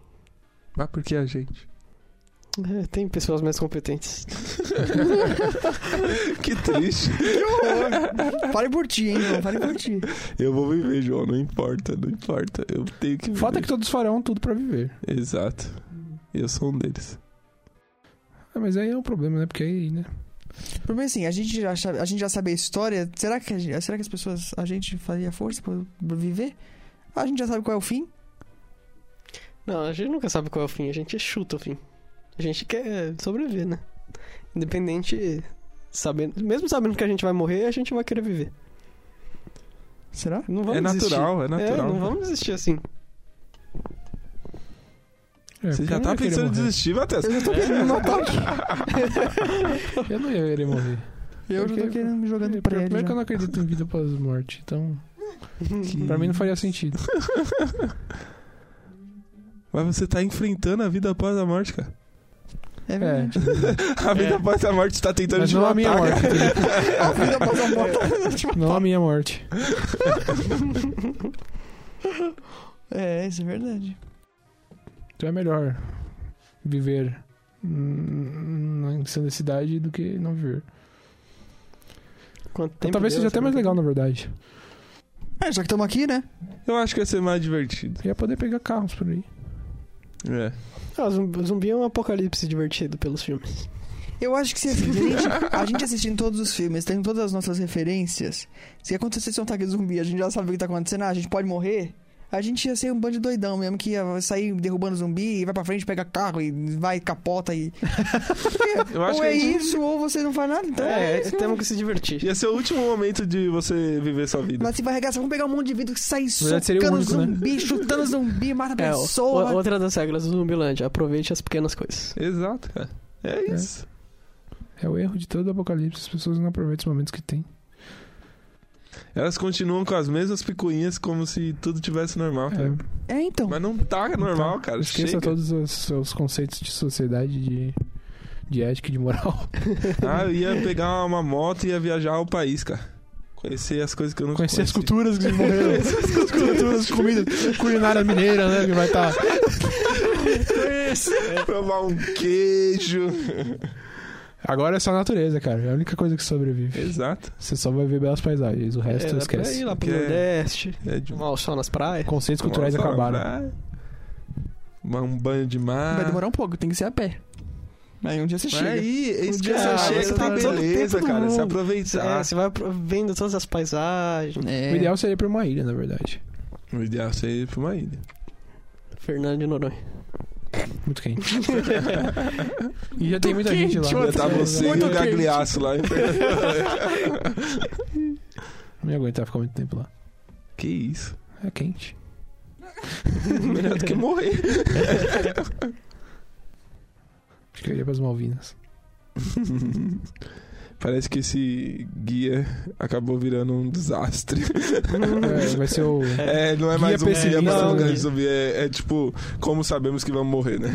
S6: Mas por que a gente?
S7: É, tem pessoas mais competentes.
S6: que triste.
S5: Fale por ti, hein, João? Fale por ti.
S6: Eu vou viver, João. Não importa, não importa. Eu tenho que viver.
S4: Foda que todos farão tudo para viver.
S6: Exato. E eu sou um deles.
S4: Ah, mas aí é um problema, né? Porque aí, né?
S5: O problema é assim, a gente já, sabe- a gente já sabe a história. Será que, a gente- será que as pessoas. A gente faria força pra viver? A gente já sabe qual é o fim.
S7: Não, a gente nunca sabe qual é o fim, a gente chuta o fim. A gente quer sobreviver, né? Independente. Sabendo, mesmo sabendo que a gente vai morrer, a gente vai querer viver.
S5: Será?
S7: Não vamos
S6: É
S7: desistir.
S6: natural, é
S7: É,
S6: natural.
S7: não vamos desistir assim.
S4: É,
S6: Você
S4: porque
S6: já
S4: eu não
S6: tá
S4: ia querer
S6: pensando em
S4: morrer.
S6: desistir, Matheus. É.
S5: Eu já tô querendo matar.
S4: Eu não ia querer morrer.
S5: Eu já tô
S4: Porque-
S5: querendo me jogando prédio.
S4: Primeiro que eu
S5: já.
S4: não acredito em vida após a morte, então. Pra mim não faria sentido.
S6: Mas você tá enfrentando a vida após a morte, cara.
S5: É verdade. Então,
S6: A vida após a morte tá tentando
S4: É. Mas
S6: te
S4: não
S6: matar.
S4: a minha morte.
S5: A vida após a morte.
S4: Não a minha morte.
S5: É, isso é verdade.
S4: Então é melhor viver hum, na insanidade do que não viver.
S7: Quanto tempo
S4: Talvez
S7: deu
S4: seja
S7: essa
S4: até mais legal,
S7: brincadeira?
S4: na verdade.
S5: É, já que estamos aqui, né?
S6: Eu acho que ia ser mais divertido.
S4: Eu ia poder pegar carros por aí.
S6: É.
S7: Ah, zumbi, zumbi é um apocalipse divertido pelos filmes.
S5: Eu acho que se assim, se a gente, a gente assistindo todos os filmes, tendo todas as nossas referências, se acontecesse um ataque zumbi, a gente já sabe o que tá acontecendo, ah, a gente pode morrer. A gente ia ser um bando de doidão mesmo, que ia sair derrubando zumbi e vai pra frente, pega carro e vai, capota e.
S6: Eu acho
S5: ou
S6: que
S5: é
S6: a gente-
S5: isso, ou você não faz nada, então.
S7: é,
S5: isso.
S7: temos que se divertir.
S6: Ia ser o último momento de você viver sua vida.
S5: Mas se vai arregaçar, vamos pegar um monte de vidro que sai
S4: verdade, seria o
S5: socando
S4: único, né?
S5: zumbi, chutando zumbi, mata
S7: É, o-
S5: pessoa.
S7: o- outra das regras do Zumbilândia, aproveite as pequenas coisas.
S6: Exato, cara. É
S4: É.
S6: isso.
S4: É o erro de todo apocalipse, as pessoas não aproveitam os momentos que tem.
S6: Elas continuam com as mesmas picuinhas como se tudo tivesse normal, cara.
S4: É,
S5: É, então.
S6: Mas não tá normal,
S4: Tá.
S6: cara.
S4: esqueça
S6: Chega.
S4: todos os seus conceitos de sociedade, de, de ética, e de moral.
S6: Ah, eu ia pegar uma moto e ia viajar ao país, cara. Conhecer as coisas que eu não
S4: Conhecer as
S6: conheci.
S4: culturas que morreram. as culturas, as comidas, culinária mineira, né? Que vai estar.
S6: Provar um queijo.
S4: Agora é só a natureza, cara. É a única coisa que sobrevive.
S6: Exato.
S4: Você só vai ver belas paisagens, o resto
S7: é, dá pra
S4: esquece.
S7: ir lá pro
S6: Porque-
S7: Nordeste,
S6: É de...
S7: tomar o sol nas praias.
S4: Conceitos culturais
S6: Nossa,
S4: acabaram.
S6: vai. Tomar Um banho de mar.
S5: Vai demorar um pouco, tem que ser a pé. Aí um dia você
S6: Mas
S5: chega.
S6: Aí, é isso que você
S7: Ah, você
S6: chega,
S7: tá
S6: tem
S7: todo o
S6: beleza,
S7: tempo do
S6: cara. Se
S7: mundo.
S6: aproveitar.
S7: É, você vai apro- vendo todas as paisagens.
S5: É.
S4: O ideal seria ir pra uma ilha, na verdade.
S6: O ideal seria ir pra uma ilha.
S7: Fernando de Noronha.
S4: Muito quente. e já tem muita gente lá.
S6: Já tá você e
S5: Muito
S6: o
S5: quente.
S6: Gagliasso lá.
S4: Não ia aguentar ficar muito tempo lá.
S6: que isso.
S4: É quente.
S6: Melhor do que morrer.
S4: Acho que eu iria pras Malvinas.
S6: Parece que esse guia acabou virando um desastre.
S4: É, vai ser o.
S6: É, não é
S4: Guia
S6: mais um guia
S4: pessimista,
S6: pra
S4: né?
S6: um grande zumbi. É, é tipo, como sabemos que vamos morrer, né?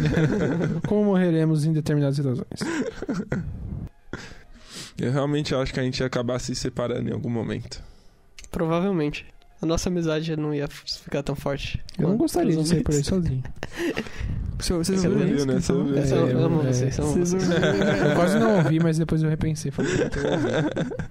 S4: Como morreremos em determinadas situações.
S6: Eu realmente acho que a gente ia acabar se separando em algum momento.
S7: Provavelmente. A nossa amizade não ia f- ficar tão forte.
S4: Eu não
S7: quanto
S4: gostaria de
S7: os
S4: sair por aí
S7: zumbis.
S4: sozinho.
S5: Vocês
S7: Você
S5: ouviram
S7: viu,
S5: isso?
S6: né? Você
S5: Então,
S6: viu.
S7: Eu só- eu amo
S4: É,
S7: vocês, eu amo
S5: vocês
S7: vocês.
S5: ouviram, né?
S4: Eu quase não ouvi, mas depois eu repensei. Falei, né?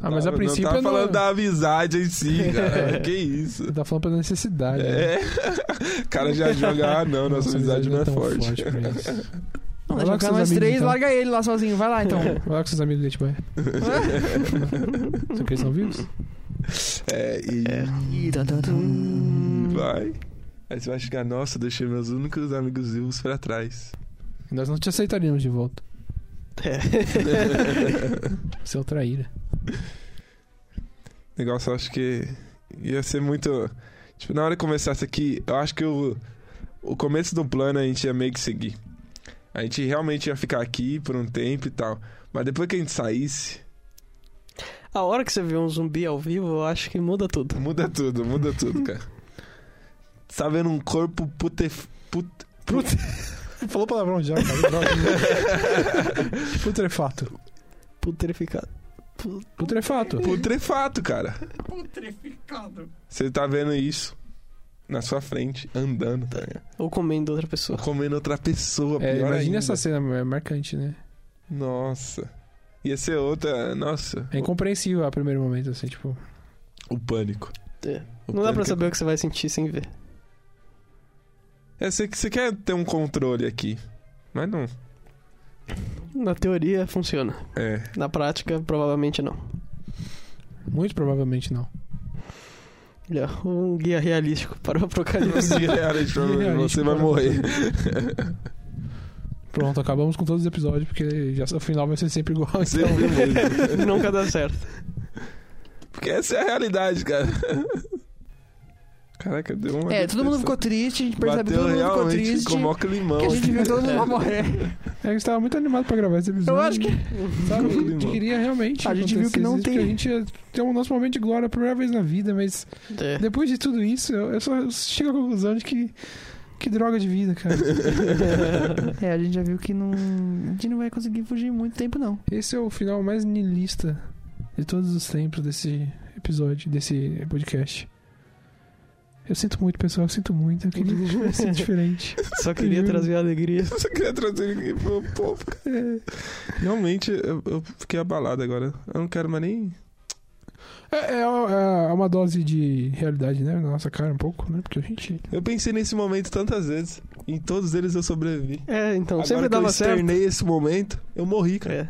S4: Ah, mas a
S6: Não
S4: princípio
S6: tá
S4: eu não-
S6: falando da amizade em si, cara. que isso.
S4: tá falando pela necessidade. né?
S6: É. O cara já joga, ah, não, nossa amizade não é
S4: tão
S6: forte.
S4: pra isso. Vai
S5: Não, deixa
S4: lá
S5: eu
S4: com
S5: ficar
S4: seus
S5: mais
S4: amigos,
S5: três,
S4: então.
S5: larga ele lá sozinho. Vai lá então.
S4: Vai lá com seus amigos do Itibaia. Só que eles são vivos?
S6: É, e
S5: Ih, tum, tum, tum.
S6: vai. Aí você vai chegar, nossa, deixei meus únicos amigos vivos pra trás.
S4: Nós não te aceitaríamos de volta.
S7: É.
S4: Você é o traíra.
S6: negócio, eu acho que ia ser muito. Tipo, na hora que começasse aqui, eu acho que o, o começo do plano a gente ia meio que seguir. A gente realmente ia ficar aqui por um tempo e tal. Mas depois que a gente saísse,
S7: A hora que você vê um zumbi ao vivo, eu acho que muda tudo.
S6: Muda tudo, muda tudo, cara. Você tá vendo um corpo putef... Put...
S4: Pute... Falou palavrão já, cara. droga. Putrefato.
S7: Putrificado. Pu-
S4: Putrefato.
S6: putrefato, cara. Putreficado. Você tá vendo isso na sua frente, andando, tá ligado?
S7: Ou comendo outra pessoa.
S6: comendo outra pessoa,
S4: É,
S6: pior
S4: imagina
S6: ainda.
S4: essa cena, é marcante, né?
S6: Nossa. Ia ser outra. Nossa.
S4: É incompreensível a primeiro momento, assim, tipo.
S6: O, o pânico.
S7: É.
S6: O
S7: Não dá pra
S6: pânico-
S7: saber o que você vai sentir sem ver.
S6: É, você, você quer ter um controle aqui. Mas não.
S7: Na teoria, funciona.
S6: É.
S7: Na prática, provavelmente não.
S4: Muito provavelmente não.
S7: Olha, um guia realístico para o apocalipse.
S6: Diga a realidade pra mim,
S4: Realidade
S6: você vai
S4: pra-
S6: morrer.
S4: Pronto, acabamos com todos os episódios, porque já, o final vai ser sempre igual.
S6: Você
S4: então.
S6: viu mesmo.
S7: Nunca dá certo.
S6: Porque essa é a realidade, cara. Caraca, deu uma.
S5: É, todo mundo ficou triste, a gente percebe que
S6: Bateu
S5: todo mundo ficou
S6: realmente
S5: triste.
S6: com o maior climão. assim.
S5: Que a gente viu todo mundo
S4: É
S5: morrer.
S4: que eu estava muito animado pra gravar esse episódio.
S5: Eu acho que.
S4: Sabe, a gente queria realmente.
S5: A gente viu
S4: acontecer
S5: que não
S4: isso,
S5: tem.
S4: porque A gente ia ter o nosso momento de glória a primeira vez na vida, mas
S7: É.
S4: depois de tudo isso, eu, eu só eu chego à conclusão de que. Que droga de vida, cara.
S5: É, a gente já viu que não. A gente não vai conseguir fugir muito tempo, não.
S4: Esse é o final mais niilista de todos os tempos desse episódio, desse podcast. Eu sinto muito, pessoal, eu sinto muito. Eu queria que tivesse sido diferente.
S7: Só queria
S6: Uhum.
S7: trazer alegria.
S6: Eu só queria trazer ele aqui pro povo. cara. É. Realmente, eu, eu fiquei abalado agora. Eu não quero mais nem.
S4: É, é, é uma dose de realidade, né? Na nossa cara, um pouco, né? Porque a gente.
S6: Eu pensei nesse momento tantas vezes. Em todos eles eu sobrevivi.
S7: É, então,
S6: agora que eu né?
S7: sempre dava certo.
S6: externei esse momento, eu morri, cara.
S7: É.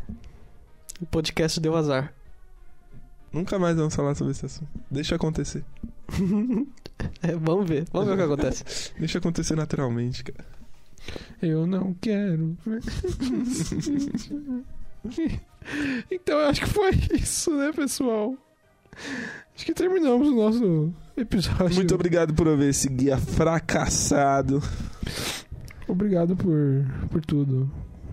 S7: O podcast deu azar.
S6: Nunca mais vamos falar sobre esse assunto. Deixa acontecer.
S7: É, vamos ver. Vamos ver o que acontece.
S6: Deixa acontecer naturalmente, cara.
S4: Eu não quero. então, eu acho que foi isso, né, pessoal? Acho que terminamos o nosso episódio.
S6: Muito obrigado por ouvir esse guia fracassado.
S4: Obrigado por, por tudo.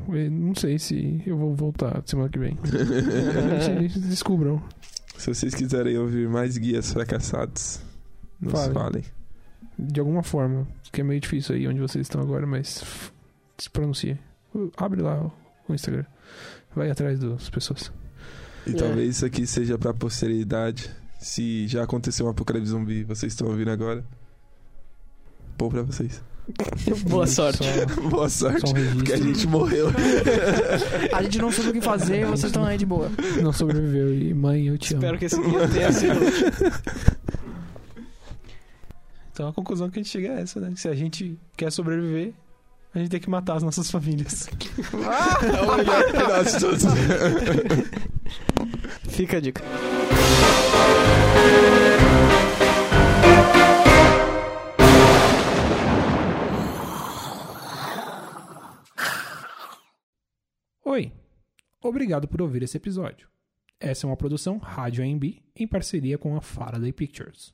S4: Eu não sei se eu vou voltar semana que vem. Vocês descubram.
S6: Se vocês quiserem ouvir mais guias fracassados, nos
S4: Falem.
S6: falem.
S4: De alguma forma. Que é meio difícil aí onde vocês estão agora, mas f- se pronuncie. Uh, Abre lá o- o Instagram. Vai atrás das pessoas.
S6: E
S7: É.
S6: talvez isso aqui seja pra posteridade. Se já aconteceu um apocalipse zumbi, vocês estão ouvindo agora. Bom pra vocês.
S7: Boa sorte.
S4: Só,
S6: Boa sorte.
S4: só um
S6: Porque a
S4: registro.
S6: gente morreu.
S5: A gente não soube o que fazer e vocês estão aí de boa.
S4: Não sobreviveu. E mãe, eu te amo.
S7: Espero que esse guia tenha sido
S4: Então a conclusão que a gente chega é essa, né? Se a gente quer sobreviver, a gente tem que matar as nossas famílias.
S6: É o melhor final de todos.
S7: Fica a dica.
S1: Oi, obrigado por ouvir esse episódio. Essa é uma produção Rádio AMB em parceria com a Faraday Pictures.